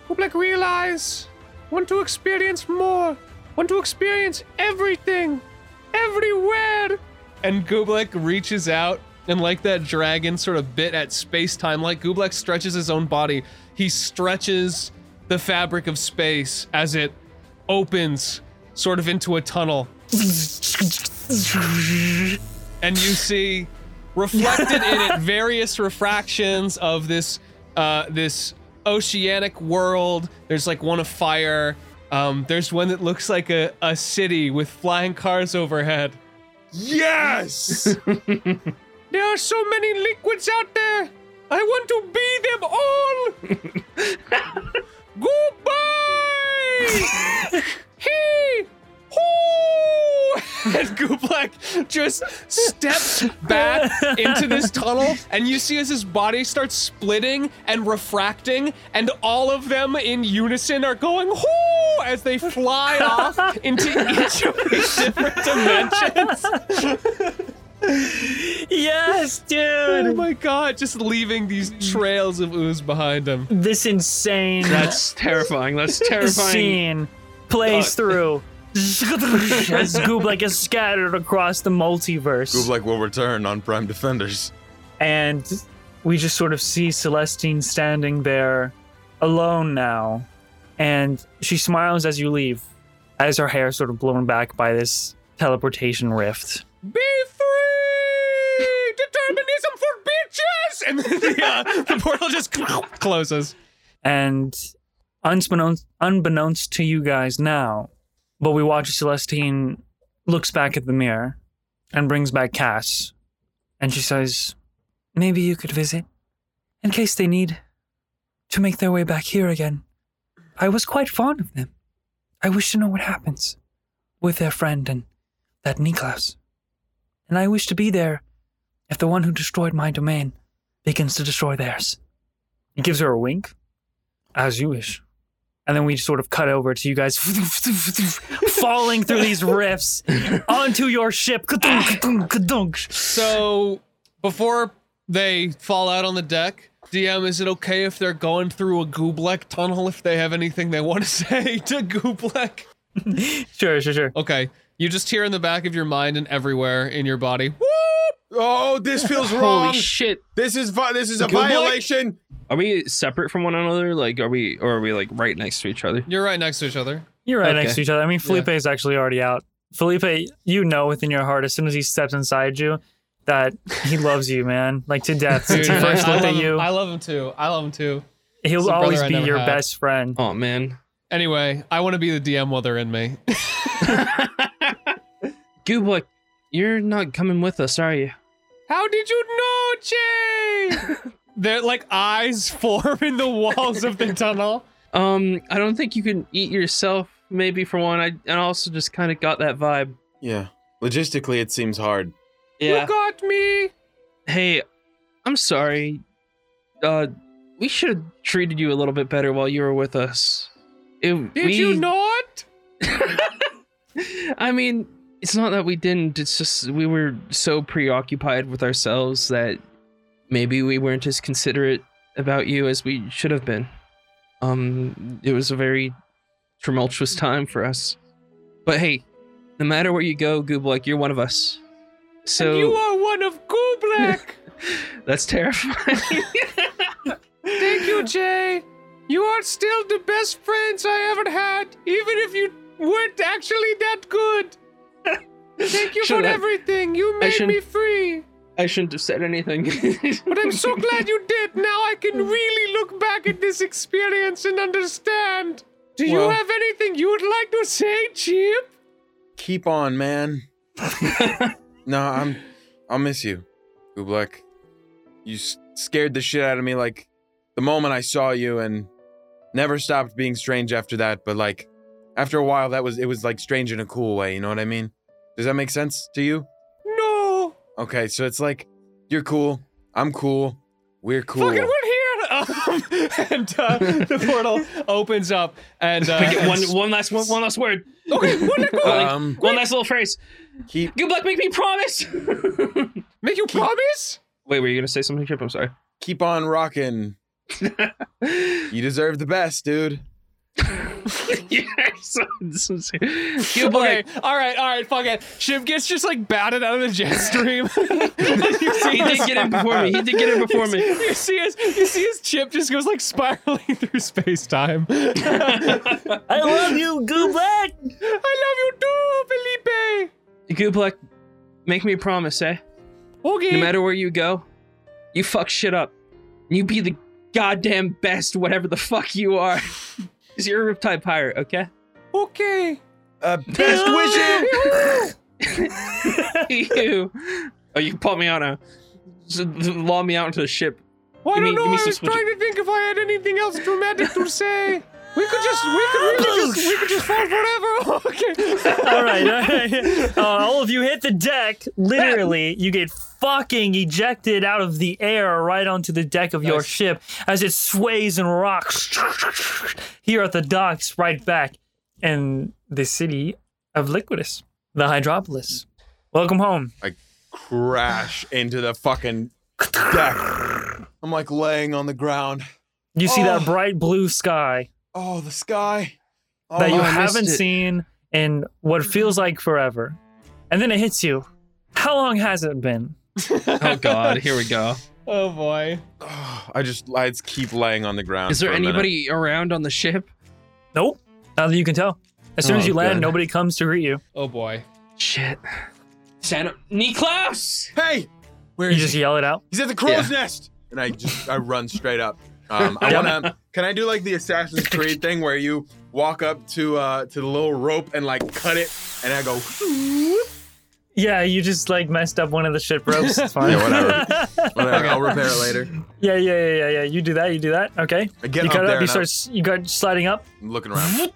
Kublek realize want to experience more, want to experience everything, everywhere. and Gublek reaches out and like that dragon sort of bit at space time, like Gublek stretches his own body, he stretches the fabric of space as it opens sort of into a tunnel. and you see reflected in it various refractions of this uh, this oceanic world. There's like one of fire. Um, there's one that looks like a, a city with flying cars overhead. Yes! There are so many liquids out there. I want to be them all. Goodbye. hey. Hoo! And Gublek just steps back into this tunnel, and you see as his body starts splitting and refracting, and all of them in unison are going hoo as they fly off into each of these different dimensions. Yes, dude. Oh my god, just leaving these trails of ooze behind them. this insane That's terrifying. That's terrifying. scene plays through as Gublek is scattered across the multiverse. Goob like will return on Prime Defenders. And we just sort of see Celestine standing there alone now. And she smiles as you leave, as her hair is sort of blown back by this teleportation rift. Be free. Determinism for bitches. And then the, uh, the portal just closes. And unbeknownst, unbeknownst to you guys now, but we watch Celestine looks back at the mirror and brings back Cass, and she says, "Maybe you could visit, in case they need to make their way back here again. I was quite fond of them. I wish to know what happens with their friend and that Niklas, and I wish to be there if the one who destroyed my domain begins to destroy theirs." He gives her a wink. As you wish. And then we sort of cut over to you guys falling through these rifts onto your ship. Ka-dunk, ka-dunk, ka-dunk. So before they fall out on the deck, DM, is it okay if they're going through a Gooblek tunnel if they have anything they want to say to Gooblek? Sure, sure, sure. Okay, you just hear in the back of your mind and everywhere in your body. Whoop! Oh, this feels Holy wrong. shit! this is vi- this is a Good luck. violation. Are we separate from one another? Like, are we, or are we like right next to each other? You're right next to each other. You're right Okay. next to each other. I mean, Felipe is actually already out. Felipe, you know within your heart, as soon as he steps inside you, that he loves you, man. Like to death. Since he Dude, first I looked at love him- you, I love him too. I love him too. He's he'll a brother always I be never your had. best friend. Oh man, Anyway, I want to be the DM while they're in me. Gooblik, you're not coming with us, are you? How did you know, Jay? They're like eyes form in the walls of the tunnel. Um, I don't think you can eat yourself. Maybe for one, I and also just kind of got that vibe. Yeah. Logistically, it seems hard. You got me. Hey, I'm sorry. Uh, we should have treated you a little bit better while you were with us. It, Did we- you not? I mean, it's not that we didn't. It's just we were so preoccupied with ourselves that maybe we weren't as considerate about you as we should have been. Um, it was a very tumultuous time for us. But hey, no matter where you go, Gublek, you're one of us. So You are one of Gublek. that's terrifying. Thank you, Jay. You are still the best friends I ever had, even if you weren't actually that good. Thank you for Shouldn't have- everything. You I made shouldn't- me free. I shouldn't have said anything. But I'm so glad you did. Now I can really look back at this experience and understand. Do you Well- have anything you would like to say, Chip? Keep on, man. no, I'm. I'll miss you, Gublek. You s- scared the shit out of me like the moment I saw you, and never stopped being strange after that. But like, after a while, that was it was like strange in a cool way. You know what I mean? Does that make sense to you? No. Okay, so it's like you're cool, I'm cool, we're cool. Fucking we're here. Um, and uh, the portal opens up and uh, one, one last one, one last word. Okay, one let go. Um, One last little phrase. keep Gublek, make me promise. Make you promise? Wait, were you gonna say something, Chip? I'm sorry. keep on rocking. you deserve the best, dude. yes. Okay, all right, all right, fuck it. Shiv gets just like batted out of the jet stream. you, see He did his, get in before me. He did get in before me. you see his, you see his chip just goes like spiraling through space time. I love you, Gooblack. I love you too, Gublek, make me a promise, eh? Felipe. Okay. No matter where you go, you fuck shit up. You be the goddamn best, whatever the fuck you are. 'Cause you're a Riptide Pirate, okay? okay. Uh, best wishes. you. Oh, you pop me out now. So, Law me out into the ship. Well, I don't Give me- give know. me I some was switch- trying to think if I had anything else dramatic to say. We could just, we could really just, we could just fall forever. okay. all right, all right. Uh, all of you hit the deck. Literally, you get fucking ejected out of the air right onto the deck of your Nice. ship as it sways and rocks here at the docks, right back in the city of Liquidus, the Hydropolis. Welcome home. I crash into the fucking deck. I'm like laying on the ground. You see Oh. that bright blue sky Oh, the sky. Oh, that you I missed haven't it. seen in what feels like forever. And then it hits you. How long has it been? Oh god, here we go. Oh boy. oh, I just I just keep laying on the ground. Is there for a minute. anybody around on the ship? Nope. Now that you can tell. As soon as Oh, you land, good. nobody comes to greet you. Oh boy. Shit. Santa Niklaus! Hey, where You is just he? yell it out. He's at the crow's nest. And I just I run straight up. Um, I want to. Can I do like the Assassin's Creed thing where you walk up to uh to the little rope and like cut it, and I go. Yeah, you just like messed up one of the ship ropes. It's fine. Yeah, whatever. Whatever. I'll repair it later. yeah, yeah, yeah, yeah, yeah. You do that. You do that. Okay. I get you up cut it Oh, there and up. I- You start. s- You go sliding up, I'm looking around.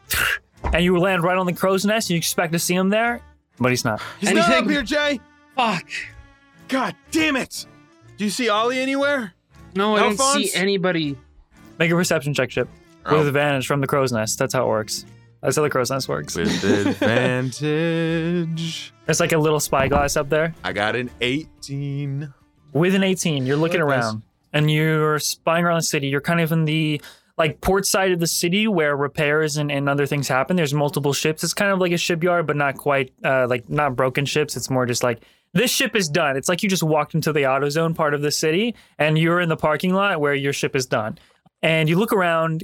and you land right on the crow's nest. You expect to see him there, but he's not. He's not up Anything? here, Jay. Fuck. God damn it! Do you see Ollie anywhere? No, I don't Alphonse? see anybody. Make a perception check, ship, Oh. with advantage from the crow's nest. That's how it works. That's how the crow's nest works. With advantage. It's like a little spyglass up there. I got an 18. with an 18 you're looking Like this. around and you're spying around the city you're kind of in the like port side of the city where repairs and, and other things happen there's multiple ships it's kind of like a shipyard but not quite uh, like not broken ships it's more just like this ship is done it's like you just walked into the auto zone part of the city and you're in the parking lot where your ship is done and you look around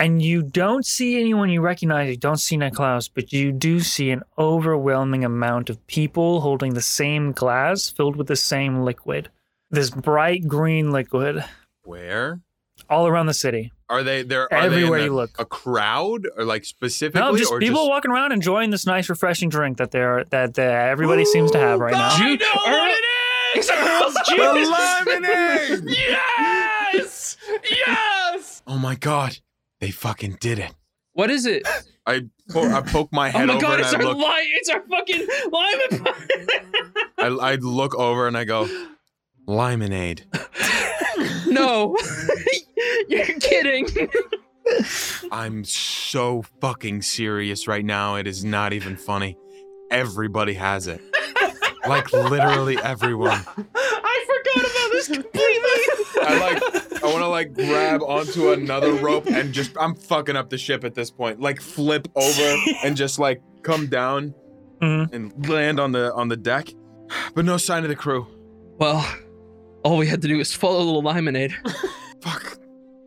and you don't see anyone you recognize you don't see Niklaus, but you do see an overwhelming amount of people holding the same glass filled with the same liquid this bright green liquid Where? all around the city. Are they there? Are Everywhere they in you a, look. a crowd or like specifically? No, just or people Just, walking around enjoying this nice, refreshing drink that they're that, that everybody seems to have right now. I know what it is! the lemonade! yes! Yes! oh my god, they fucking did it! What is it? I po- I poke my Oh head my over god, and it's I our look. lime. It's our fucking lime. I, I look over and I go, lemonade. no, you're kidding. I'm so fucking serious right now. It is not even funny. Everybody has it. Like literally everyone. I forgot about this completely. I like I want to like grab onto another rope and just I'm fucking up the ship at this point. Like flip over and just like come down Mhm. and land on the on the deck. But no sign of the crew. Well, all we had to do was follow the lemonade. Fuck.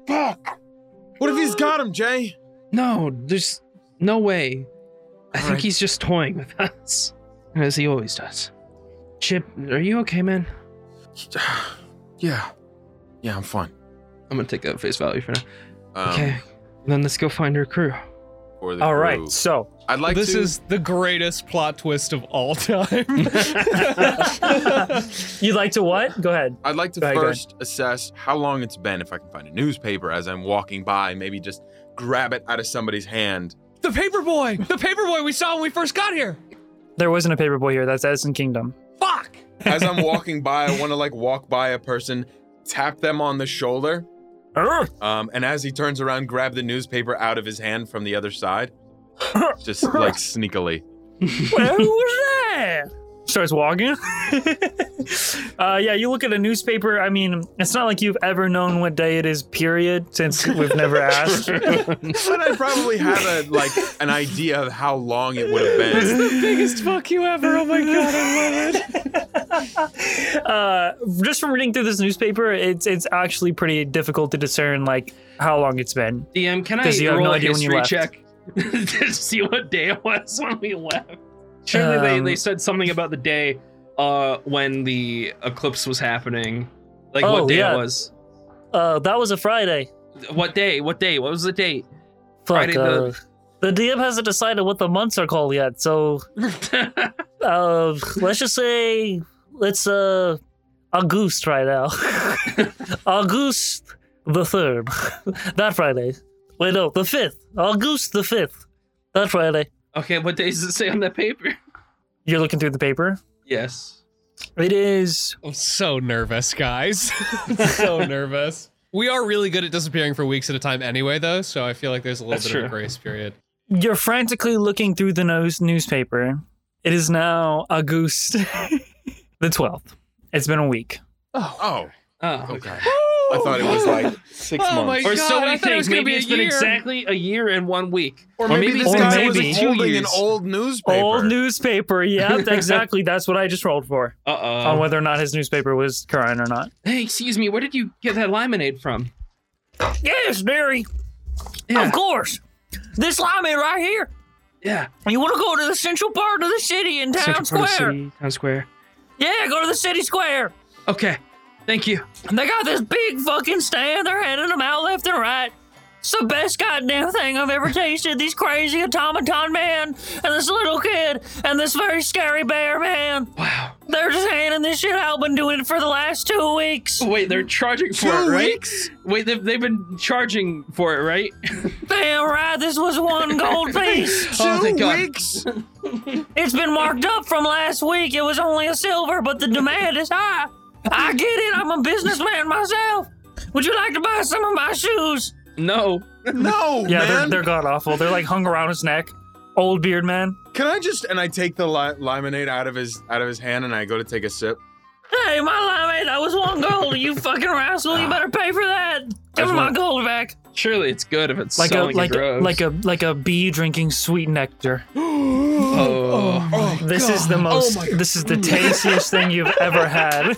Fuck. What if he's got him, Jay? No, there's no way. I think Alright. he's just toying with us, as he always does. Chip, are you okay, man? yeah. Yeah, I'm fine. I'm gonna take that face value for now. Um, okay, then let's go find her crew. for the All crew. right, so I'd like this to is the greatest plot twist of all time. you'd like to what? Go ahead. I'd like to Go ahead, go ahead. first assess how long it's been if I can find a newspaper as I'm walking by, maybe just grab it out of somebody's hand. the paper boy! The paper boy we saw when we first got here! There wasn't a paperboy here. That's Edison Kingdom. Fuck! As I'm walking by, I want to like walk by a person, tap them on the shoulder, Arr! um, and as he turns around, grab the newspaper out of his hand from the other side. Just like sneakily. Well, Who was that? Starts walking. uh, yeah, you look at a newspaper. I mean, it's not like you've ever known what day it is, period, since we've never asked. But I probably have a like an idea of how long it would have been. the biggest fuck you ever. Oh my god, I love it. uh, just from reading through this newspaper, it's it's actually pretty difficult to discern like how long it's been. DM, can I Does he have roll no a idea when you history left? check to see what day it was when we left? Surely they, Um, they said something about the day uh, when the eclipse was happening. Like Oh, what day yeah. it was. Uh, that was a Friday. What day? What day? What was the date? Fuck. Friday The, the- uh, the DM hasn't decided what the months are called yet, so uh, let's just say it's uh, August right now. August the third, that Friday. Wait, no, the fifth. August the fifth, that Friday. okay, what day does it say on that paper? You're looking through the paper. Yes. It is I'm so nervous, guys. so nervous. We are really good at disappearing for weeks at a time anyway, though, so I feel like there's a little That's bit of a true. grace period. You're frantically looking through the nose newspaper. It is now August the 12th. It's been a week. Oh, Oh, okay. okay. I thought it was like six Oh my months. Or so God, I many thought it was things. gonna Maybe be a it's been year. exactly a year and one week. Or Or maybe, maybe- this or guy maybe- was holding an Years. old newspaper. Old newspaper. Yep, exactly. That's what I just rolled for Uh on oh. whether or not his newspaper was current or not. Hey, excuse me. Where did you get that lemonade from? Yes, Mary. Yeah. Of course. This lineman right here. Yeah. You want to go to the central part of the city in town Central part of the square? city, Town Square. Yeah, go to the city square. Okay. Thank you. They got this big fucking stand. They're handing them out left and right. It's the best goddamn thing I've ever tasted. These crazy automaton man and this little kid and this very scary bear man. Wow. They're just handing this shit out. Been doing it for the last two weeks. Wait, they're charging for it, right? Wait, they've, they've been charging for it, right? Damn right, this was one gold piece. oh, thank God. It's been marked up from last week. It was only a silver, but the demand is high. I get it. I'm a businessman myself. Would you like to buy some of my shoes? No. No, Yeah, they're, man. they're god awful. They're like hung around his neck. Old beard man. Can I just? And I take the li- limonade out of his out of his hand, and I go to take a sip. Hey, my limeade, that was one gold. You fucking rascal, you better pay for that. Give just me my want- gold back. Surely it's good if it's Like a selling like drugs. like a like a bee drinking sweet nectar. oh. This is the most this is the tastiest thing you've ever had.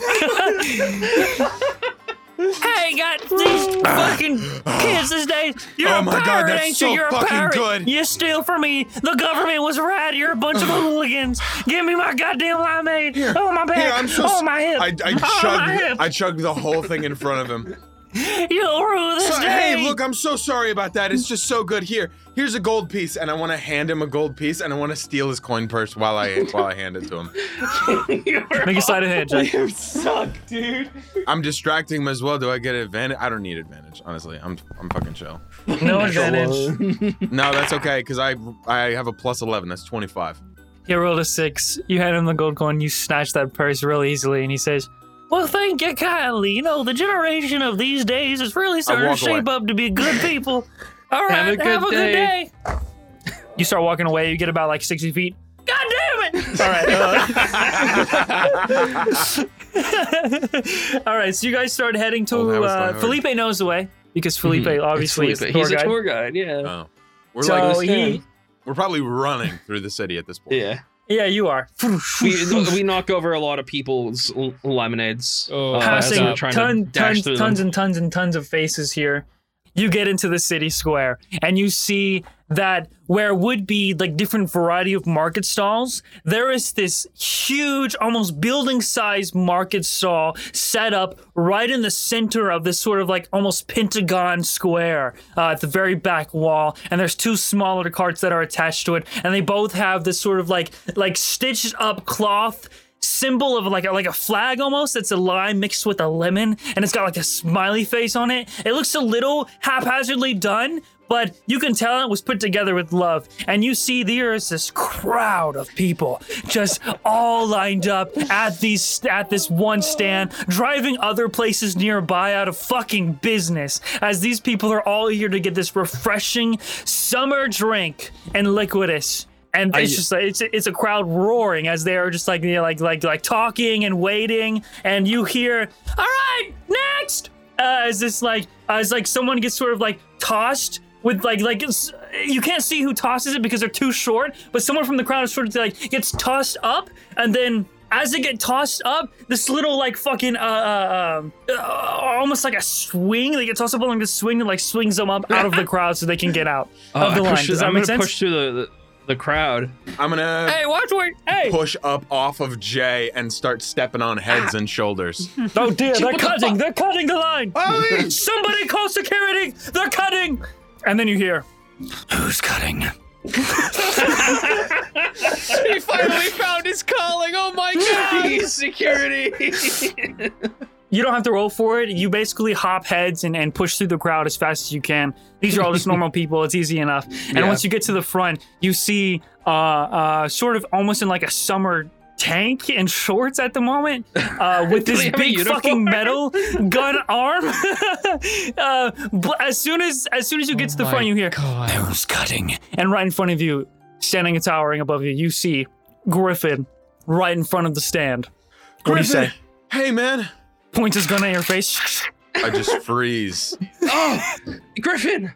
Hey, got these fucking kids these days. You're Oh a my God, pirate, that's ain't so you? You're a fucking pirate. good. You steal from me. The government was right. You're a bunch of hooligans. Give me my goddamn limeade. oh my back. Here, I'm so. oh s- my hip. I, I oh my hip. chugged. I chugged the whole thing in front of him. You'll rue this So- day. hey, look, I'm so sorry about that. It's just so good. Here, here's a gold piece, and I want to hand him a gold piece, and I want to steal his coin purse while I while I hand it to him. Oh, Make a sleight of hand check. I'm distracting him as well. Do I get advantage? I don't need advantage, honestly. I'm I'm fucking chill. No advantage. No, that's okay, cause I I have a plus eleven. That's twenty five. He rolled a six. You hand him the gold coin. You snatch that purse real easily, and he says, Well, thank you kindly. You know, the generation of these days is really starting to walk away. shape up to be good people. All right, Have have a good a good day. day. "You start walking away. You get about like sixty feet. God damn it! All right. uh, all right. So you guys start heading to. Oh, that was uh, hard. Felipe knows the way because Felipe Mhm. obviously It's Felipe. is He's the a tour tour guide, yeah. Oh, we're So like he, we're probably running through the city at this point. Yeah. yeah, you are we, we knock over a lot of people's l- lemonades. Oh, uh, as passing we're that's trying to ton, dash tons, through them. tons and tons and tons of faces here. You get into the city square and you see that where would be like different variety of market stalls, there is this huge, almost building sized market stall set up right in the center of this sort of like almost pentagon square uh, at the very back wall. And there's two smaller carts that are attached to it, and they both have this sort of like like stitched up cloth symbol of like a, like a flag almost that's a lime mixed with a lemon and it's got like a smiley face on it it looks a little haphazardly done but you can tell it was put together with love and you see there is this crowd of people just all lined up at these at this one stand driving other places nearby out of fucking business as these people are all here to get this refreshing summer drink and liquidus and it's just like it's it's a crowd roaring as they are just like you know, like like like talking and waiting, and you hear all right next uh, as this like as like someone gets sort of like tossed with like like it's, you can't see who tosses it because they're too short, but someone from the crowd is sort of like gets tossed up, and then as they get tossed up, this little like fucking uh, uh um, uh, almost like a swing they get tossed up along the swing and like swings them up out of the crowd so they can get out Oh, of the I line. push- Does that I'm make gonna sense? push through the, the, the crowd. I'm gonna Hey, watch where. Hey, push up off of Jay and start stepping on heads Ah. and shoulders. Oh dear, they're cutting, they're cutting the line. Ah. Oh, Ollie! Somebody call security, they're cutting. And then you hear, who's cutting? He finally found his calling. Oh my god. security. You don't have to roll for it. You basically hop heads and, and push through the crowd as fast as you can. These are all just normal people. It's easy enough. And Yeah. once you get to the front, you see uh, uh, sort of almost in like a summer tank and shorts at the moment uh, with Do they this have a big uniform? fucking metal gun arm. uh, bl- as soon as as soon as you get to the Oh front, you hear arrows cutting. And right in front of you, standing and towering above you, you see Griffin right in front of the stand. What do you say? Hey, man. Points his gun at your face. I just freeze. oh, Griffin!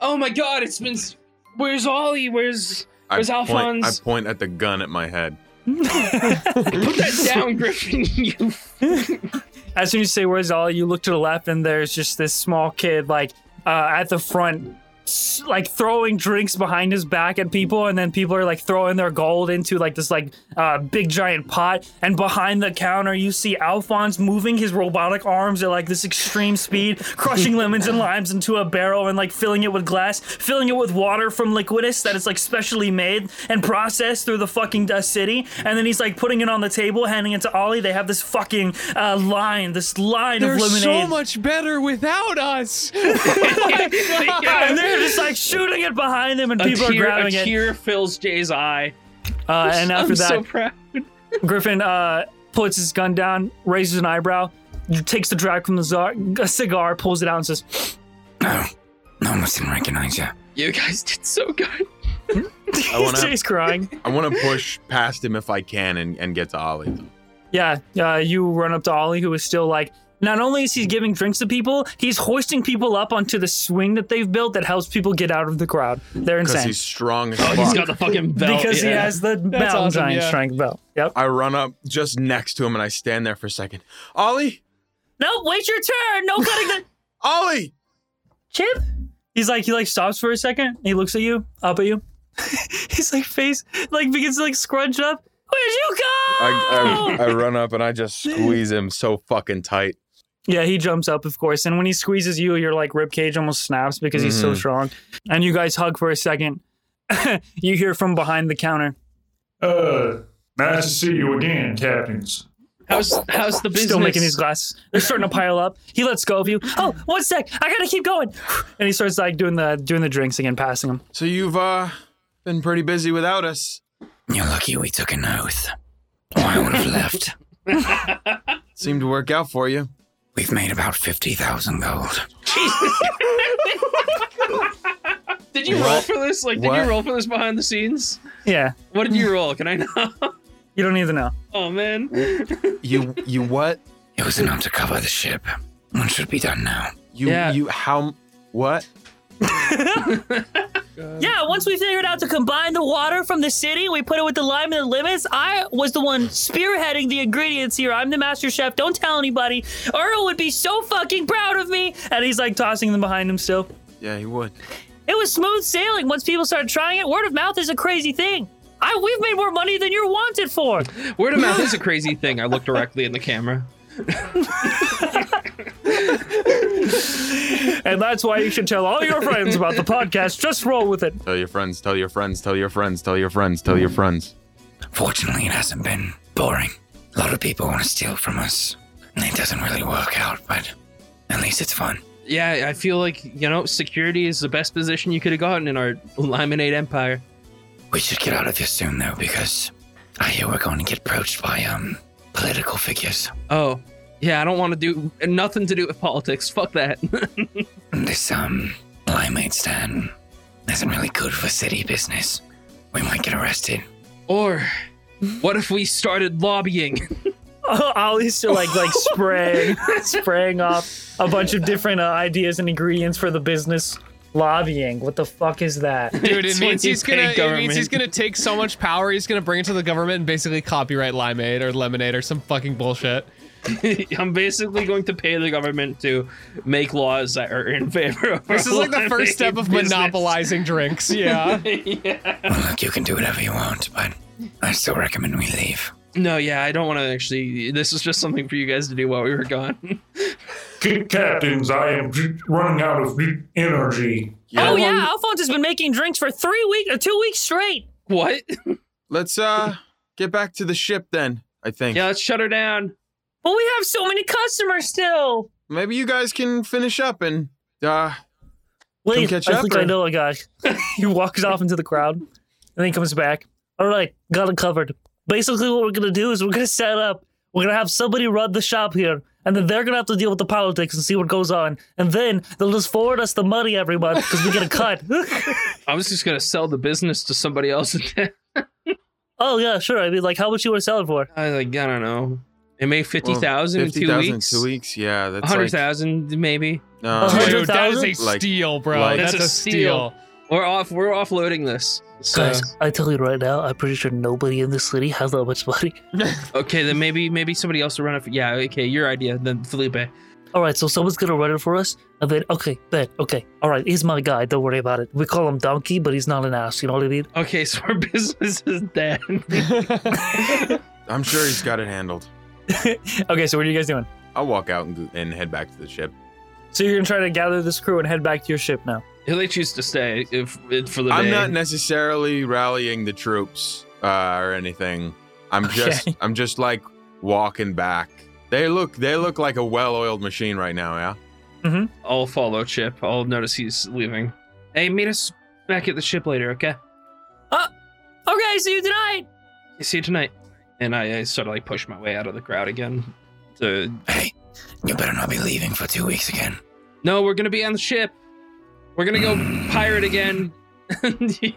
Oh my God! It's been. s- Where's Ollie? Where's I Where's point, I Alphonse? point at the gun at my head. Put that down, Griffin. You. as soon as you say where's Ollie, you look to the left and there's just this small kid like uh, at the front s- like throwing drinks behind his back at people and then people are like throwing their gold into like this like uh, big giant pot and behind the counter you see alphonse moving his robotic arms at like this extreme speed crushing lemons and limes into a barrel and like filling it with glass filling it with water from liquidus that is like specially made and processed through the fucking uh, city and then he's like putting it on the table handing it to ollie they have this fucking uh, line this line They're of lemonade so much better without us. Oh, yeah, and they're just like shooting it behind them, and A people tear, a are grabbing it. tear fills Jay's eye. Uh, and after I'm that, so proud. Griffin uh, puts his gun down, raises an eyebrow, takes the drag from the czar- a cigar, pulls it out, and says, "No, no one didn't recognize you." You guys did so good. I wanna- Jay's crying. I want to push past him if I can and, and get to Ollie. Yeah, uh, you run up to Ollie, who is still like. Not only is he giving drinks to people, he's hoisting people up onto the swing that they've built that helps people get out of the crowd. They're Because insane. he's strong as Oh, he's fuck. got the fucking belt. because he yeah. has the mountain awesome, giant yeah. strength belt. Yep. I run up just next to him and I stand there for a second. Ollie, No, Oh, wait your turn. No cutting the. Ollie, Chip? He's like, he like stops for a second. He looks at you, up at you. He's like face, like begins to like scrunch up. Where'd you Oh. go? I, I, I run up and I just squeeze him so fucking tight. Yeah, he jumps up, of course. And when he squeezes you, your like ribcage almost snaps because he's Mm-hmm. so strong. And you guys hug for a second. you hear from behind the counter. Uh, nice to see you again, captains. How's how's the business? Still making these glasses. They're starting to pile up. He lets go of you. Oh, one sec. I gotta keep going. And he starts like doing the doing the drinks again, passing them. So you've uh been pretty busy without us. You're lucky we took an oath. Or I would have left. Seemed to work out for you. We've made about 50,000 gold. Did you roll for this? Like, did What? you roll for this behind the scenes? Yeah. What did you roll? Can I know? You don't need to know. Oh man. You you what? It was enough to cover the ship. What should be done now? You Yeah. you how what? Yeah, once we figured out to combine the water from the city, we put it with the lime and the lemons. I was the one spearheading the ingredients here. I'm the master chef. Don't tell anybody. Earl would be so fucking proud of me. And he's like tossing them behind him still. Yeah, he would. It was smooth sailing once people started trying it. Word of mouth is a crazy thing. I we've made more money than you're wanted for. Word of mouth is a crazy thing. I look directly in the camera. And that's why you should tell all your friends about the podcast. Just roll with it. Tell your friends, tell your friends, tell your friends, tell your friends, tell your friends. Fortunately, it hasn't been boring. A lot of people want to steal from us. And it doesn't really work out, but at least it's fun. Yeah, I feel like you know security is the best position you could have gotten in our Limonade Empire. We should get out of here soon, though, because I hear we're going to get approached by, um, political figures. Oh, yeah. I don't want to do nothing to do with politics. Fuck that. And this, um, limeade stand isn't really good for city business. We might get arrested. or what if we started lobbying? Oh, Ollie's still like like spraying spraying off a bunch of different uh, ideas and ingredients for the business lobbying. What the fuck is that? Dude, it It's when means you he's pay gonna. It means government. he's gonna take so much power. He's gonna bring it to the government and basically copyright limeade or lemonade or some fucking bullshit. I'm basically going to pay the government to make laws that are in favor of. This is like the first step of monopolizing drinks. Yeah. Well, look, you can do whatever you want, but I still recommend we leave. No, yeah, I don't want to actually. This is just something for you guys to do while we were gone. Ca- Captains, I am running out of energy. Oh yeah, Alphonse has been making drinks for three weeks, uh, two weeks straight. what? Let's uh get back to the ship then, I think. Yeah, let's shut her down. But we have so many customers still. Maybe you guys can finish up and uh Wait, catch I up, think or- I know a guy. he walks off into the crowd, and then he comes back. All right, got it covered. Basically, what we're gonna do is we're gonna set up. We're gonna have somebody run the shop here, and then they're gonna have to deal with the politics and see what goes on. And then they'll just forward us the money every month because we get a cut. I was just gonna sell the business to somebody else. oh yeah, sure. I mean, like, how much you want to sell it for? I like I don't know. It made fifty thousand in two 50,000 in weeks. two weeks. Yeah, that's Hundred like, thousand maybe. uh, Hundred Dude, that is a thousand? Like- steal, bro. like- That's, That's a a steal. We're off. We're offloading this. So Uh. Guys, I tell you right now, I'm pretty sure nobody in this city has that much money. okay, then maybe maybe somebody else will run it. For, yeah, okay, your idea then, Felipe. all right, so someone's gonna run it for us, and then okay, bet, okay, all right, he's my guy. Don't worry about it. We call him Donkey, but he's not an ass. You know what I mean? Okay, so our business is dead. I'm sure he's got it handled. Okay, so what are you guys doing? I'll walk out and, and head back to the ship. So you're gonna try to gather this crew and head back to your ship now. He'll they choose to stay if, if for the I'm day. not necessarily rallying the troops uh, or anything. I'm just I'm just like walking back. They look they look like a well-oiled machine right now, yeah. I'll follow Chip. I'll notice he's leaving. Hey, meet us back at the ship later, okay? Okay, see you tonight. See you tonight. And I, I sort of like push my way out of the crowd again. To Hey, you better not be leaving for two weeks again. no, we're gonna be on the ship. We're gonna go pirate again, which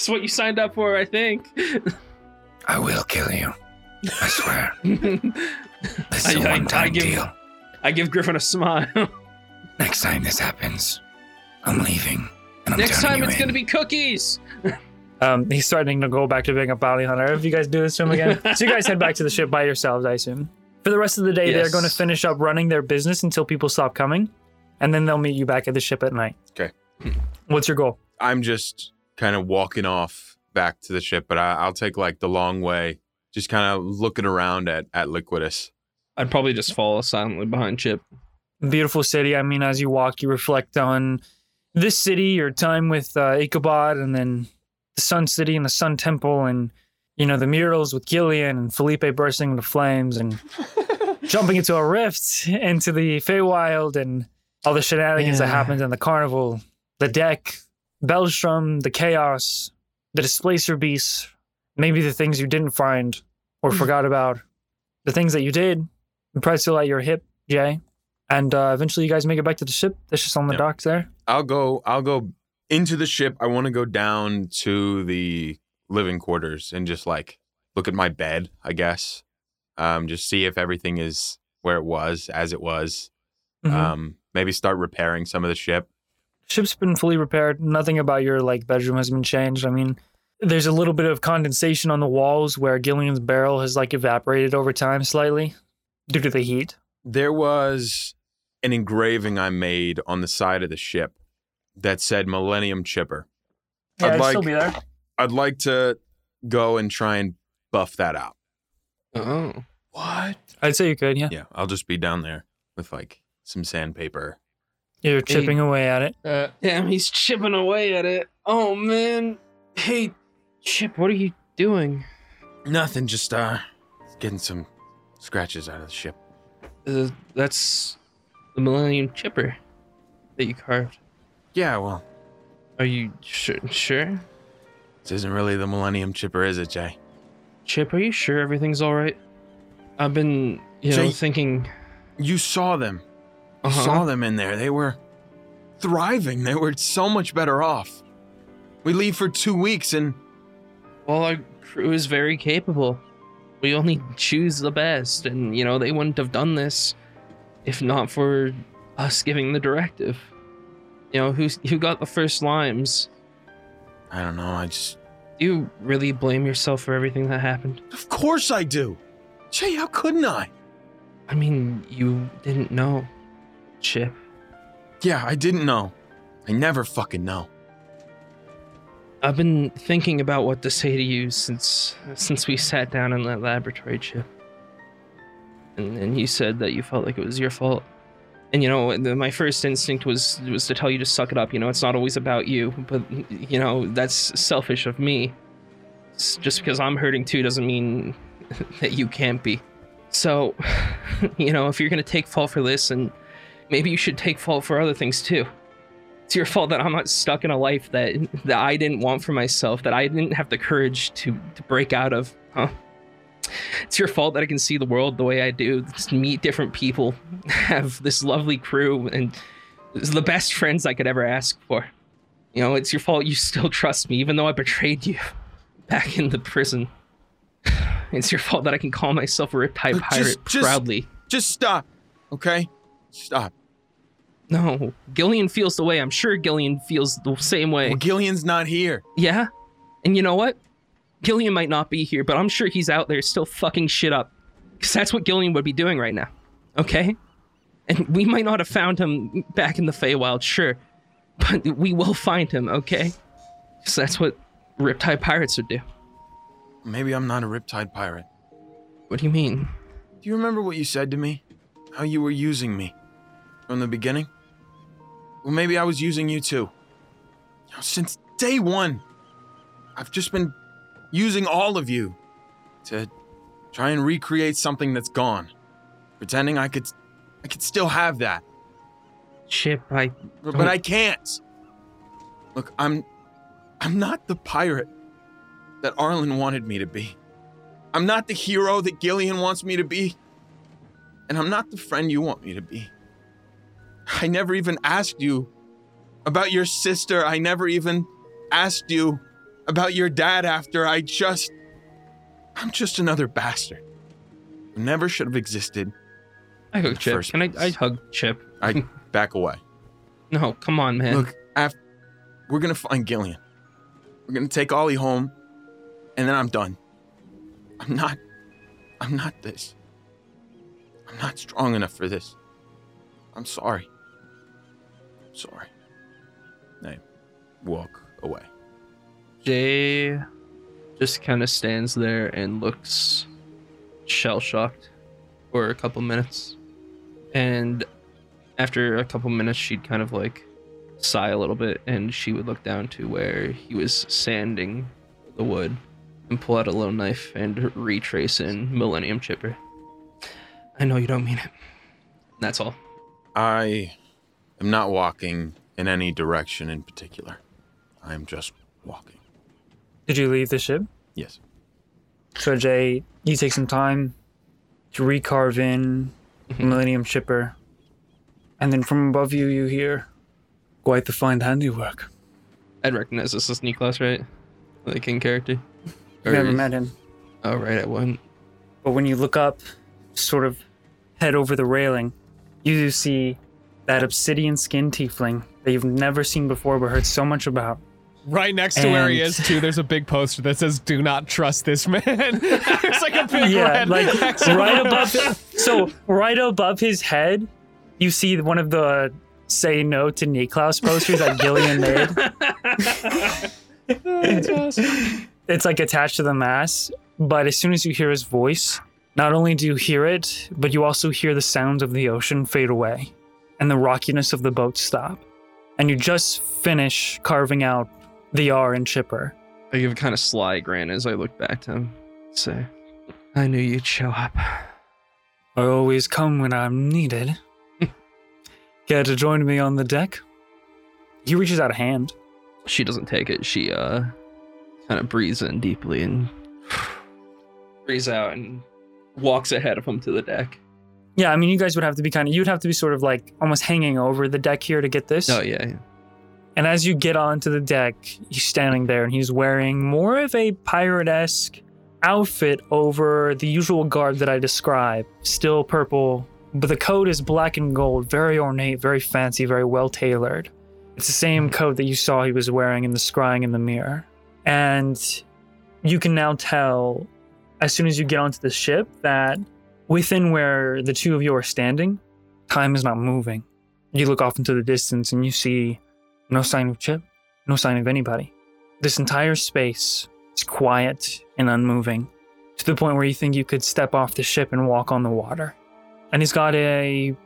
is what you signed up for, I think. I will kill you. I swear. This is I- a I- I one-time give- deal. I give Griffin a smile. Next time this happens, I'm leaving. And I'm Next turning time you it's in. gonna be cookies. Um, he's starting to go back to being a bounty hunter. If you guys do this to him again, so you guys head back to the ship by yourselves, I assume. For the rest of the day, Yes. they're going to finish up running their business until people stop coming, and then they'll meet you back at the ship at night. Okay. What's your goal? I'm just kind of walking off back to the ship, but I, I'll take like the long way, just kind of looking around at at Liquidus. I'd probably just follow silently behind Chip. Beautiful city. I mean, as you walk, you reflect on this city, your time with uh, Ichabod, and then the Sun City and the Sun Temple, and you know the murals with Gillian and Felipe bursting into flames and jumping into a rift into the Feywild, and all the shenanigans that Yeah. happened in the carnival, the deck, Belstrom, the chaos, the displacer beasts, maybe the things you didn't find or forgot about, the things that you did, the price still at your hip, Jay. And uh, eventually, you guys make it back to the ship. That's just on the Yeah. docks there. I'll go I'll go into the ship. I want to go down to the living quarters and just like look at my bed, I guess. Um just see if everything is where it was as it was. Mhm. Um maybe start repairing some of the ship. Ship's been fully repaired. Nothing about your like bedroom has been changed. I mean, there's a little bit of condensation on the walls where Gillian's barrel has like evaporated over time slightly due to the heat. There was an engraving I made on the side of the ship that said Millennium Chipper. I'd it'd like- still be there. I'd like to go and try and buff that out. Oh. What? I'd say you could, yeah. Yeah, I'll just be down there with like some sandpaper. You're chipping away at it. Uh, Damn, he's chipping away at it. Oh man. Hey, Chip, what are you doing? Nothing, just uh getting some scratches out of the ship. Uh, that's the Millennium Chipper that you carved. Yeah, well, Are you sure? Sure, this isn't really the Millennium Chipper, is it, Jay? Chip. Are you sure everything's all right? I've been, you know, Jay- thinking. You saw them. You Uh-huh. saw them in there. They were thriving. They were so much better off. We leave for two weeks and Well, our crew is very capable. We only choose the best, and you know they wouldn't have done this if not for us giving the directive. You know who's who got the first limes. I don't know, I just Do you really blame yourself for everything that happened? Of course I do. Jay, how couldn't I? I mean, you didn't know, Chip. Yeah, I didn't know. I never fucking know. I've been thinking about what to say to you since since we sat down in that laboratory, Chip. And and you said that you felt like it was your fault. And you know, the, my first instinct was was to tell you to suck it up. You know, it's not always about you, but you know that's selfish of me. S- Just because I'm hurting too doesn't mean that you can't be. So, you know, if you're gonna take fault for this, and maybe you should take fault for other things too. it's your fault that I'm not stuck in a life that that I didn't want for myself, that I didn't have the courage to to break out of. Huh? It's your fault that I can see the world the way I do, meet different people, have this lovely crew, and it's the best friends I could ever ask for. You know, it's your fault you still trust me, even though I betrayed you back in the prison. It's your fault that I can call myself a riptide Look, pirate just- just- proudly. Just stop, okay? Stop. No, Gillian feels the way. I'm sure Gillian feels the same way. Well, Gillian's not here. Yeah. And you know what? Gillian might not be here, but I'm sure he's out there still fucking shit up. Because that's what Gillian would be doing right now. Okay? And we might not have found him back in the Feywild, sure, but we will find him, okay? So that's what Riptide Pirates would do. Maybe I'm not a Riptide pirate. What do you mean? Do you remember what you said to me? How you were using me from the beginning? Well, maybe I was using you too. You know, since day one, I've just been using all of you to try and recreate something that's gone, pretending I could, I could still have that, Chip, I. but, but I can't. Look, I'm, I'm not the pirate that Arlen wanted me to be. I'm not the hero that Gillian wants me to be. And I'm not the friend you want me to be. I never even asked you about your sister. I never even asked you about your dad after. I just. I'm just another bastard. who Never should have existed. I hug Chip. First Can I, place. I hug Chip? I back away. No, come on, man. Look, after, we're gonna find Gillian. We're gonna take Ollie home, and then I'm done. I'm not. I'm not this. I'm not strong enough for this. I'm sorry. I'm sorry. I walk away. Jay just kind of stands there and looks shell shocked for a couple minutes. And after a couple minutes, she'd kind of like sigh a little bit and she would look down to where he was sanding the wood and pull out a little knife and retrace in Millennium Chipper. I know you don't mean it. That's all. I am not walking in any direction in particular. I am just walking. Did you leave the ship? Yes. So Jay, you take some time to recarve in Mm-hmm. Millennium Chipper, and then from above you, you hear quite the fine handiwork. I'd recognize this as Niklas, right? Like in character. You never met him, Oh, right, I wouldn't. but when you look up, sort of head over the railing, you do see that obsidian skin tiefling that you've never seen before but heard so much about. Right next to where he And- is, too, there's a big poster that says, Do not trust this man. it's like a big yeah, red like X right above. So right above his head, you see one of the "Say No to Niklaus" posters that Gillian made. It's like attached to the mass, but as soon as you hear his voice, not only do you hear it, but you also hear the sounds of the ocean fade away, and the rockiness of the boat stop, and you just finish carving out the R in Chipper. I give a kind of sly grin as I look back to him. Say, I knew you'd show up. I always come when I'm needed. Care to join me on the deck? He reaches out a hand. She doesn't take it. She uh, kind of breathes in deeply and breathes out and walks ahead of him to the deck. Yeah, I mean, you guys would have to be kind of, you'd have to be sort of like almost hanging over the deck here to get this. Oh yeah, yeah. And as you get onto the deck, he's standing there and he's wearing more of a pirate esque outfit over the usual garb that I describe. Still purple, but the coat is black and gold, very ornate, very fancy, very well tailored. It's the same coat that you saw he was wearing in the scrying in the mirror. And you can now tell, as soon as you get onto the ship, that within where the two of you are standing, time is not moving. You look off into the distance and you see no sign of Chip. No sign of anybody. This entire space is quiet and unmoving to the point where you think you could step off the ship and walk on the water. And he's got a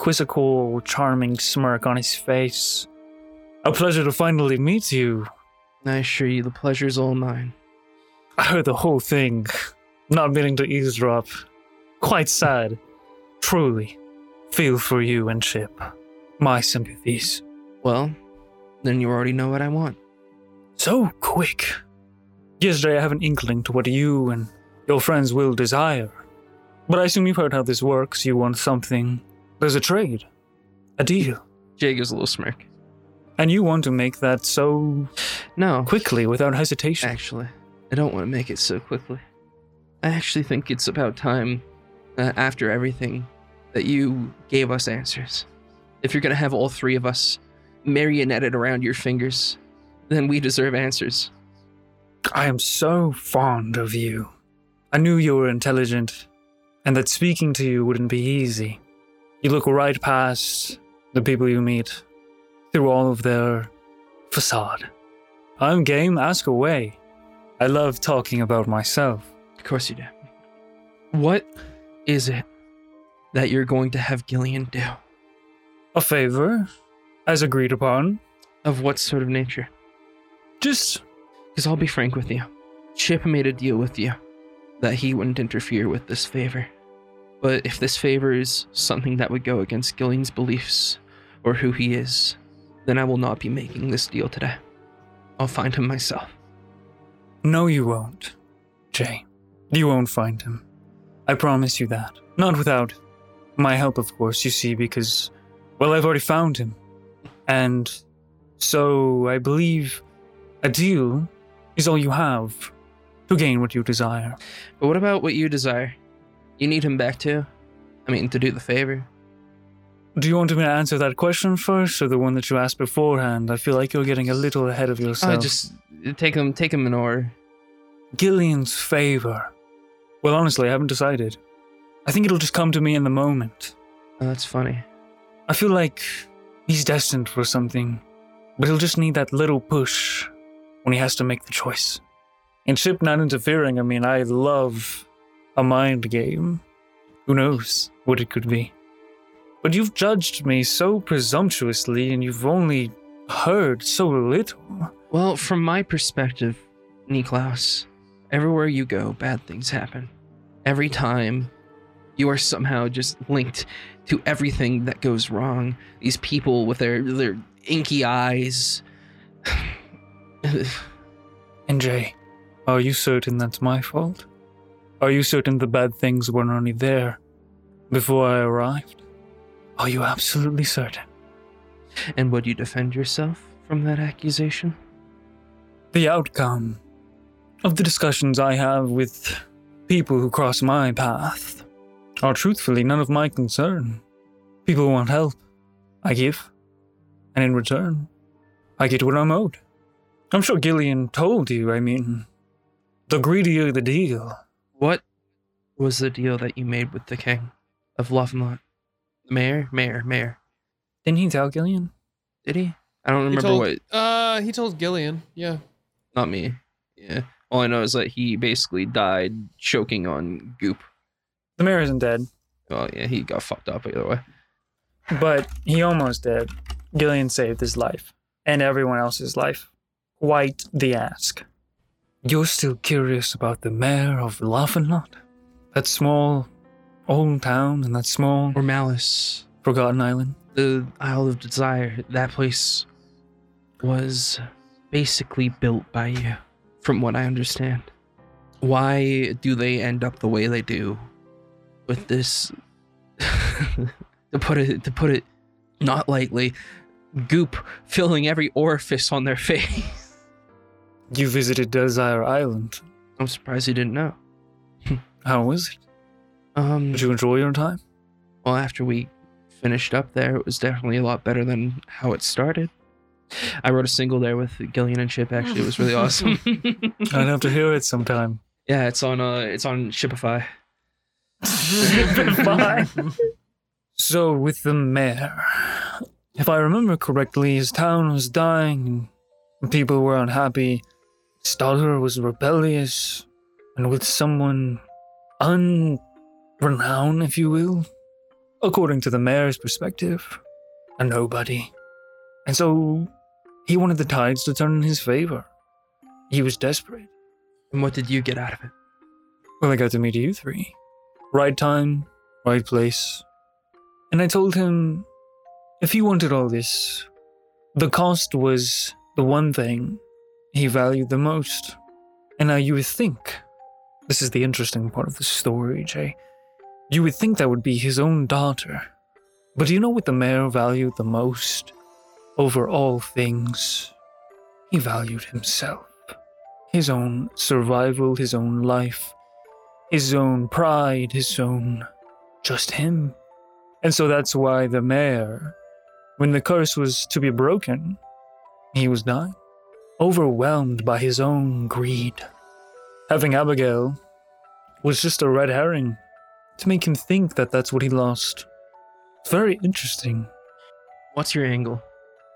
quizzical, charming smirk on his face. A pleasure to finally meet you. I assure you, the pleasure's all mine. I heard the whole thing. Not meaning to eavesdrop. Quite sad. Truly. Feel for you and Chip. My sympathies. Well, then you already know what I want. so quick. Yesterday, I have an inkling to what you and your friends will desire. But I assume you've heard how this works. You want something. There's a trade, a deal. Jay gives a little smirk. And you want to make that so No, quickly without hesitation. Actually, I don't want to make it so quickly. I actually think it's about time, uh, after everything, that you gave us answers. If you're going to have all three of us marionetted around your fingers, then we deserve answers. I am so fond of you. I knew you were intelligent, and that speaking to you wouldn't be easy. You look right past the people you meet through all of their facade. I'm game, ask away. I love talking about myself. Of course you do. What is it that you're going to have Gillian do? A favor, as agreed upon. Of what sort of nature? Just Because I'll be frank with you. Chip made a deal with you that he wouldn't interfere with this favor. But if this favor is something that would go against Gillian's beliefs or who he is, then I will not be making this deal today. I'll find him myself. No, you won't, Jay. You won't find him. I promise you that. Not without my help, of course, you see, because, well, I've already found him. And so I believe a deal is all you have to gain what you desire. But what about what you desire? You need him back too? I mean, to do the favor. Do you want me to answer that question first, or the one that you asked beforehand? I feel like you're getting a little ahead of yourself. I just take him, take him in order. Gillian's favor. Well, honestly, I haven't decided. I think it'll just come to me in the moment. Oh, that's funny. I feel like he's destined for something, but he'll just need that little push when he has to make the choice. And Chip not interfering, I mean, I love a mind game. Who knows what it could be? But you've judged me so presumptuously, and you've only heard so little. Well, from my perspective, Niklaus, everywhere you go, bad things happen. Every time you are somehow just linked to everything that goes wrong. These people with their their inky eyes. And Jay, are you certain that's my fault? Are you certain the bad things weren't only there before I arrived? Are you absolutely certain? and would you defend yourself from that accusation? the outcome of the discussions I have with people who cross my path are truthfully none of my concern. People want help. I give. And in return, I get what I'm owed. I'm sure Gillian told you, I mean, the greedier the deal, What was the deal that you made with the king of Loveland? Mayor, mayor, mayor. Didn't he tell Gillian? Did he? I don't remember he told, what. Uh, he told Gillian. Yeah. Not me. Yeah. All I know is that he basically died choking on goop. The mayor isn't dead, Well, yeah, he got fucked up either way. but he almost did. Gillian saved his life and everyone else's life. Quite the ask. You're still curious about the mayor of Laughinlot? That small old town and that small Or malice. forgotten island? The Isle of Desire, that place was basically built by you, from what I understand. Why do they end up the way they do with this to put it to put it not lightly, goop filling every orifice on their face? You visited Desire Island. I'm surprised you didn't know. How was it? Um Did you enjoy your time? well after we finished up there it was definitely a lot better than how it started i wrote a single there with gillian and chip actually it was really awesome I'd have to hear it sometime. yeah it's on uh it's on shipify So, with the mayor, if I remember correctly, his town was dying, and people were unhappy. Stoller was rebellious, and with someone unrenowned, if you will, according to the mayor's perspective, a nobody. And so, he wanted the tides to turn in his favor. He was desperate. and what did you get out of it Well, I got to meet you three. Right time, right place. And I told him if he wanted all this, the cost was the one thing he valued the most. And now you would think this is the interesting part of the story, Jay. You would think that would be his own daughter. But do you know what the mayor valued the most? Over all things, he valued himself, his own survival, his own life his own pride, his own just him. And so that's why the mayor, when the curse was to be broken, he was dying, overwhelmed by his own greed. Having Abigail was just a red herring to make him think that that's what he lost. very interesting. What's your angle?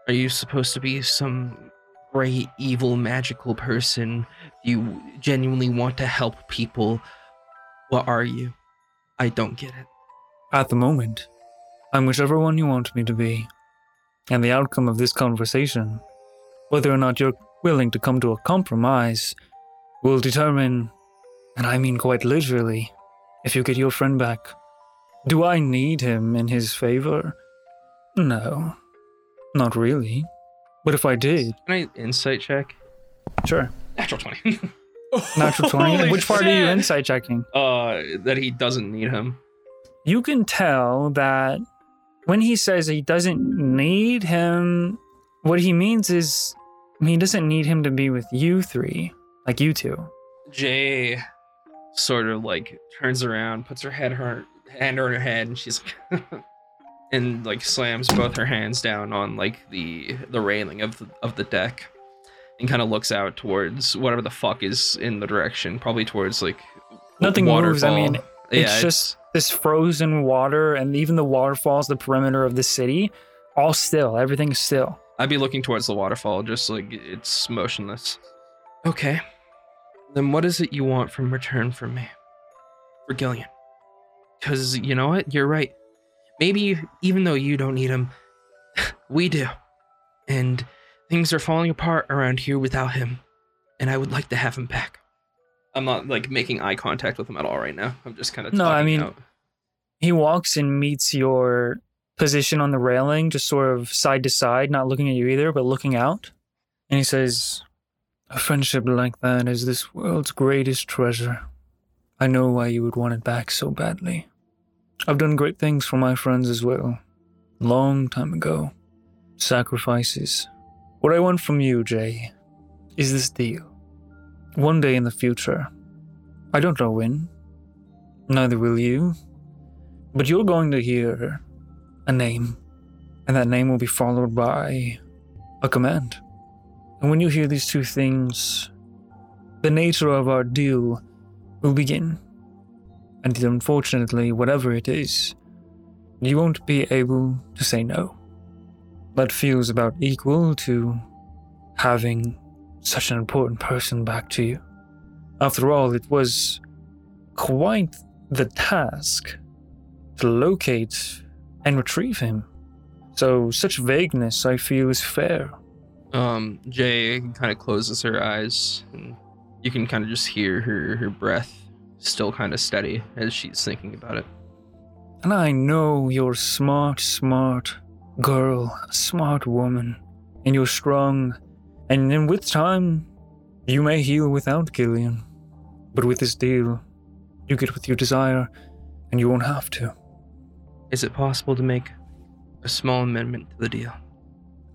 Are you supposed to be some great evil magical person? Do you genuinely want to help people? What are you? I don't get it. At the moment, I'm whichever one you want me to be. And the outcome of this conversation, whether or not you're willing to come to a compromise, will determine, and I mean quite literally, if you get your friend back. Do I need him in his favor? No, not really. But if I did, Can I insight check? sure. Natural 20. Natural 20. Holy Which part are you shit. insight checking? uh, that he doesn't need him. you can tell that when he says he doesn't need him, what he means is he doesn't need him to be with you three, like you two. Jay sort of like turns around, puts her head her hand on her head, and she's like, and like slams both her hands down on like the the railing of the, of the deck, and kind of looks out towards whatever the fuck is in the direction, probably towards like Nothing moves, I mean, waterfall. it's just this frozen water, and even the waterfalls, the perimeter of the city, all still. Everything's still. I'd be looking towards the waterfall, just like it's motionless. Okay. Then what is it you want from return from me? For Gillian. Because you know what? You're right. Maybe even though you don't need him, we do. And things are falling apart around here without him. And I would like to have him back. I'm not like making eye contact with him at all right now. I'm just kind of No, I mean- He walks and meets your position on the railing, just sort of side to side, not looking at you either, but looking out. And he says, A friendship like that is this world's greatest treasure. I know why you would want it back so badly. I've done great things for my friends as well. Long time ago. Sacrifices. What I want from you, Jay, is this deal. One day in the future, I don't know when, neither will you, but you're going to hear a name, and that name will be followed by a command. And when you hear these two things, the nature of our deal will begin. And unfortunately, whatever it is, you won't be able to say no. That feels about equal to having such an important person back to you. After all, it was quite the task to locate and retrieve him. So such vagueness I feel is fair. Um, Jay kind of closes her eyes, and you can kind of just hear her, her breath still kind of steady as she's thinking about it. And I know you're a smart, smart girl, a smart woman, and you're strong. And then with time, you may heal without Gillian. But with this deal, you get what you desire, and you won't have to. Is it possible to make a small amendment to the deal?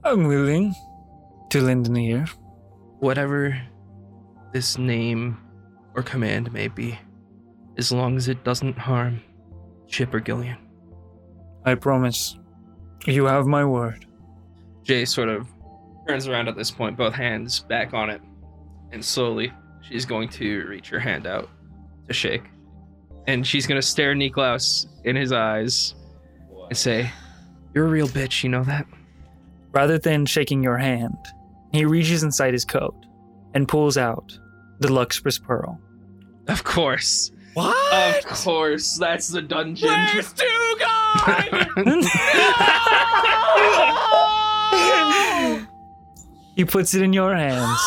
I'm willing to lend an ear. Whatever this name or command may be, as long as it doesn't harm Chip or Gillian. I promise. You have my word. Jay sort of turns around at this point, both hands back on it, and slowly she's going to reach her hand out to shake. And she's going to stare Niklaus in his eyes and say, You're a real bitch, you know that? Rather than shaking your hand, he reaches inside his coat and pulls out the Luxpress Pearl. Of course. What? Of course. That's the dungeon. Where's two guys? he puts it in your hands.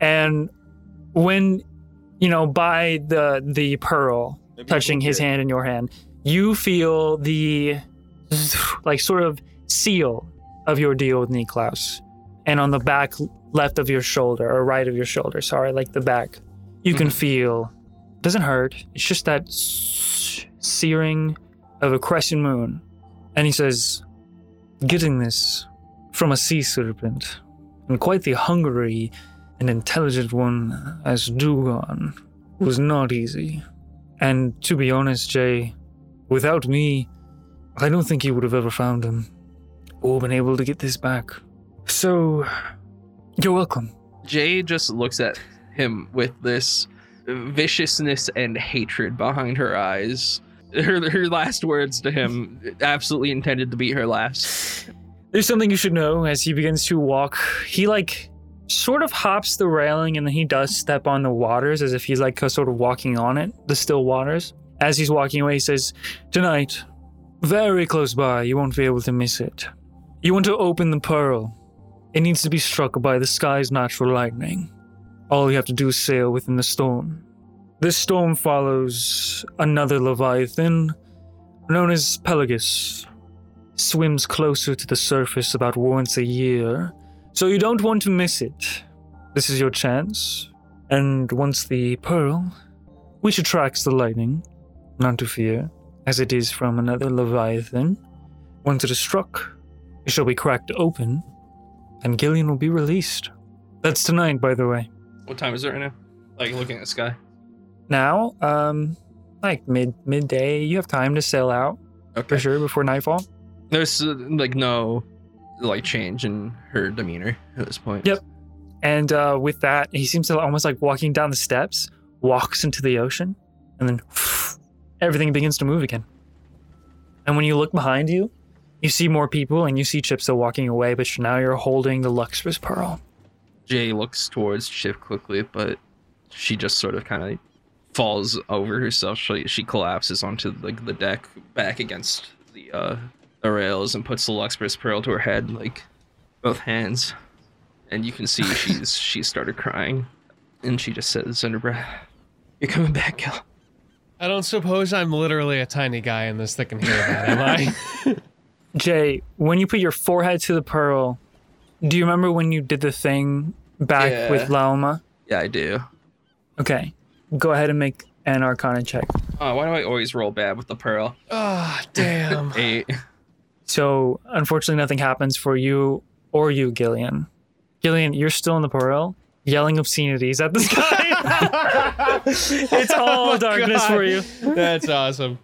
And when, you know, by the the pearl touching his hand in your hand, you feel the like sort of seal of your deal with Niklaus. And on the back left of your shoulder, or right of your shoulder, sorry, like the back, you can feel doesn't hurt. It's just that searing of a crescent moon. And he says, Getting this from a sea serpent, and quite the hungry and intelligent one as Dugon, was not easy. And to be honest, Jay, without me, I don't think you would have ever found him or been able to get this back. So, you're welcome. Jay just looks at him with this viciousness and hatred behind her eyes her, her last words to him absolutely intended to be her last. There's something you should know as he begins to walk. He like sort of hops the railing and then he does step on the waters as if he's like sort of walking on it, the still waters. As he's walking away, he says, Tonight, very close by, you won't be able to miss it. You want to open the pearl. It needs to be struck by the sky's natural lightning. All you have to do is sail within the storm. This storm follows another leviathan known as Pelagus swims closer to the surface about once a year, so you don't want to miss it. This is your chance. And once the pearl, which attracts the lightning, none to fear, as it is from another Leviathan, once it is struck, it shall be cracked open, and Gillian will be released. That's tonight, by the way. What time is it right now? Like looking at the sky. Now, um, like mid midday, you have time to sail out for Okay. sure before nightfall. There's uh, like no like change in her demeanor at this point. Yep. And uh, with that, he seems to almost like walking down the steps, walks into the ocean, and then everything begins to move again. And when you look behind you, you see more people and you see Chip still walking away, but now you're holding the Luxor's Pearl. Jay looks towards Chip quickly, but she just sort of kind of falls over herself. She she collapses onto like the deck, back against the uh the rails, and puts the Luxpress pearl to her head, like both hands. And you can see she's she started crying, and she just says under breath, "You're coming back, Gil." I don't suppose I'm literally a tiny guy in this that can hear that, am I? Jay, when you put your forehead to the pearl, do you remember when you did the thing back Yeah. with Laoma? Yeah, I do. Okay, go ahead and make an Arcana check. Oh, why do I always roll bad with the pearl? Ah, damn. Eight. So unfortunately, nothing happens for you or you, Gillian. Gillian, you're still in the pearl, yelling obscenities at the sky. it's Oh all darkness Oh God. for you. That's awesome.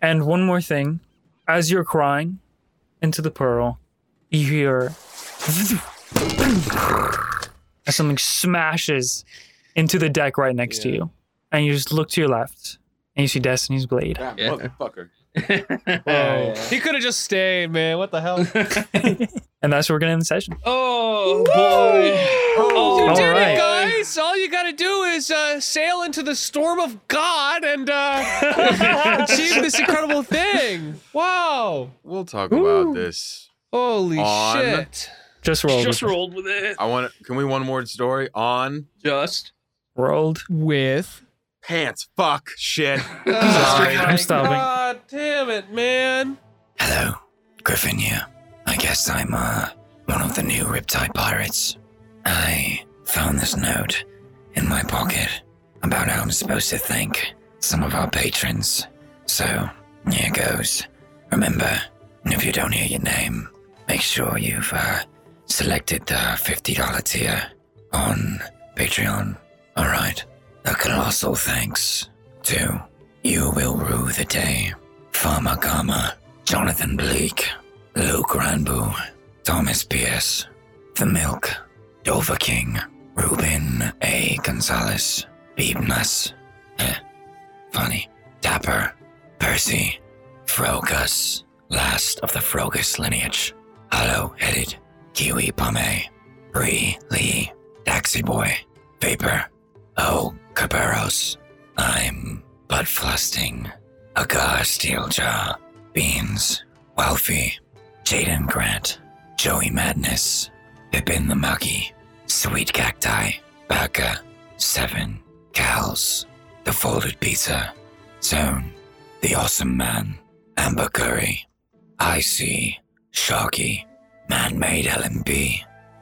And one more thing, as you're crying into the pearl, you hear as something smashes into the deck right next to you, and you just look to your left and you see Destiny's blade. That Yeah. motherfucker. Whoa. Oh. He could have just stayed, man. What the hell? And that's where we're gonna end the session. Oh boy. You All did right. it, Oh, guys. All you gotta do is uh, sail into the storm of God and uh, achieve this incredible thing. Wow! We'll talk about this. Holy On. shit! Just rolled. Just rolled with it. I want. Can we one word story on Just. rolled. With pants? Fuck shit. I'm stopping. God damn it, man! Hello, Griffin here. I guess I'm uh, one of the new Riptide Pirates. I found this note in my pocket about how I'm supposed to thank some of our patrons. So, here goes. Remember, if you don't hear your name, make sure you've uh, selected the $50 tier on Patreon. Alright. A colossal thanks to You Will Rue the Day, Farmer Gama. Jonathan Blake, Luke Ranbo, Thomas Pierce, The Milk, Dover King, Ruben A. Gonzalez, Beebness, eh, Funny, Dapper, Percy, Frogus, last of the Frogus lineage, Hollow Headed, Kiwi Pome, Bree Lee, Taxi Boy, Vapor, Oh Cabarros, I'm Butt Flusting, Agar Steeljaw, Beans, Wealthy, Jaden Grant, Joey Madness, Pippin the Muggy, Sweet Cacti, Baka, Seven, Cows, The Folded Pizza, Zone, The Awesome Man, Amber Curry, Icy, Sharky, Man Made LMB,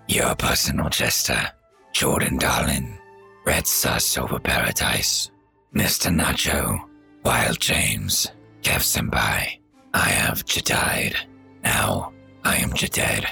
Your Personal Jester, Jordan Darlin, Red Sus Over Paradise, Mr. Nacho, Wild James, Kev Senpai, I have Jedied. Now I am Jeded.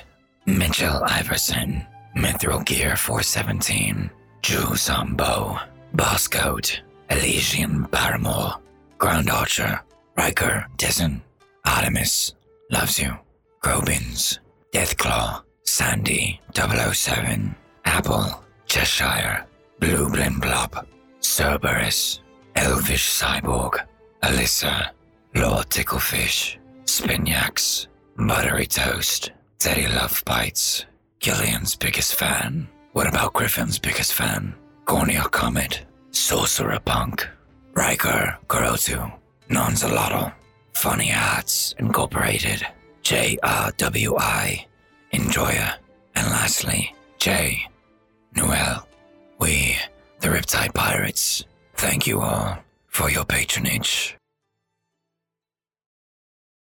Mitchell Iverson, Mithril Gear 417, Drew Zombo, Boscoat, Elysian Paramore, Grand Archer, Riker Tizen, Artemis, Loves You, Grobins, Deathclaw, Sandy 007, Apple, Cheshire, Blue Blimblop, Cerberus, Elvish Cyborg, Alyssa, Lord Ticklefish, Spinyax, Buttery Toast, Teddy Love Bites, Gillian's biggest fan. What about Griffin's biggest fan? Cornea Comet, Sorcerer Punk, Riker, Kurotu, Nonzalotto, Funny Arts Incorporated, JRWI, Enjoyer, and lastly, J. Noel. We, the Riptide Pirates, thank you all for your patronage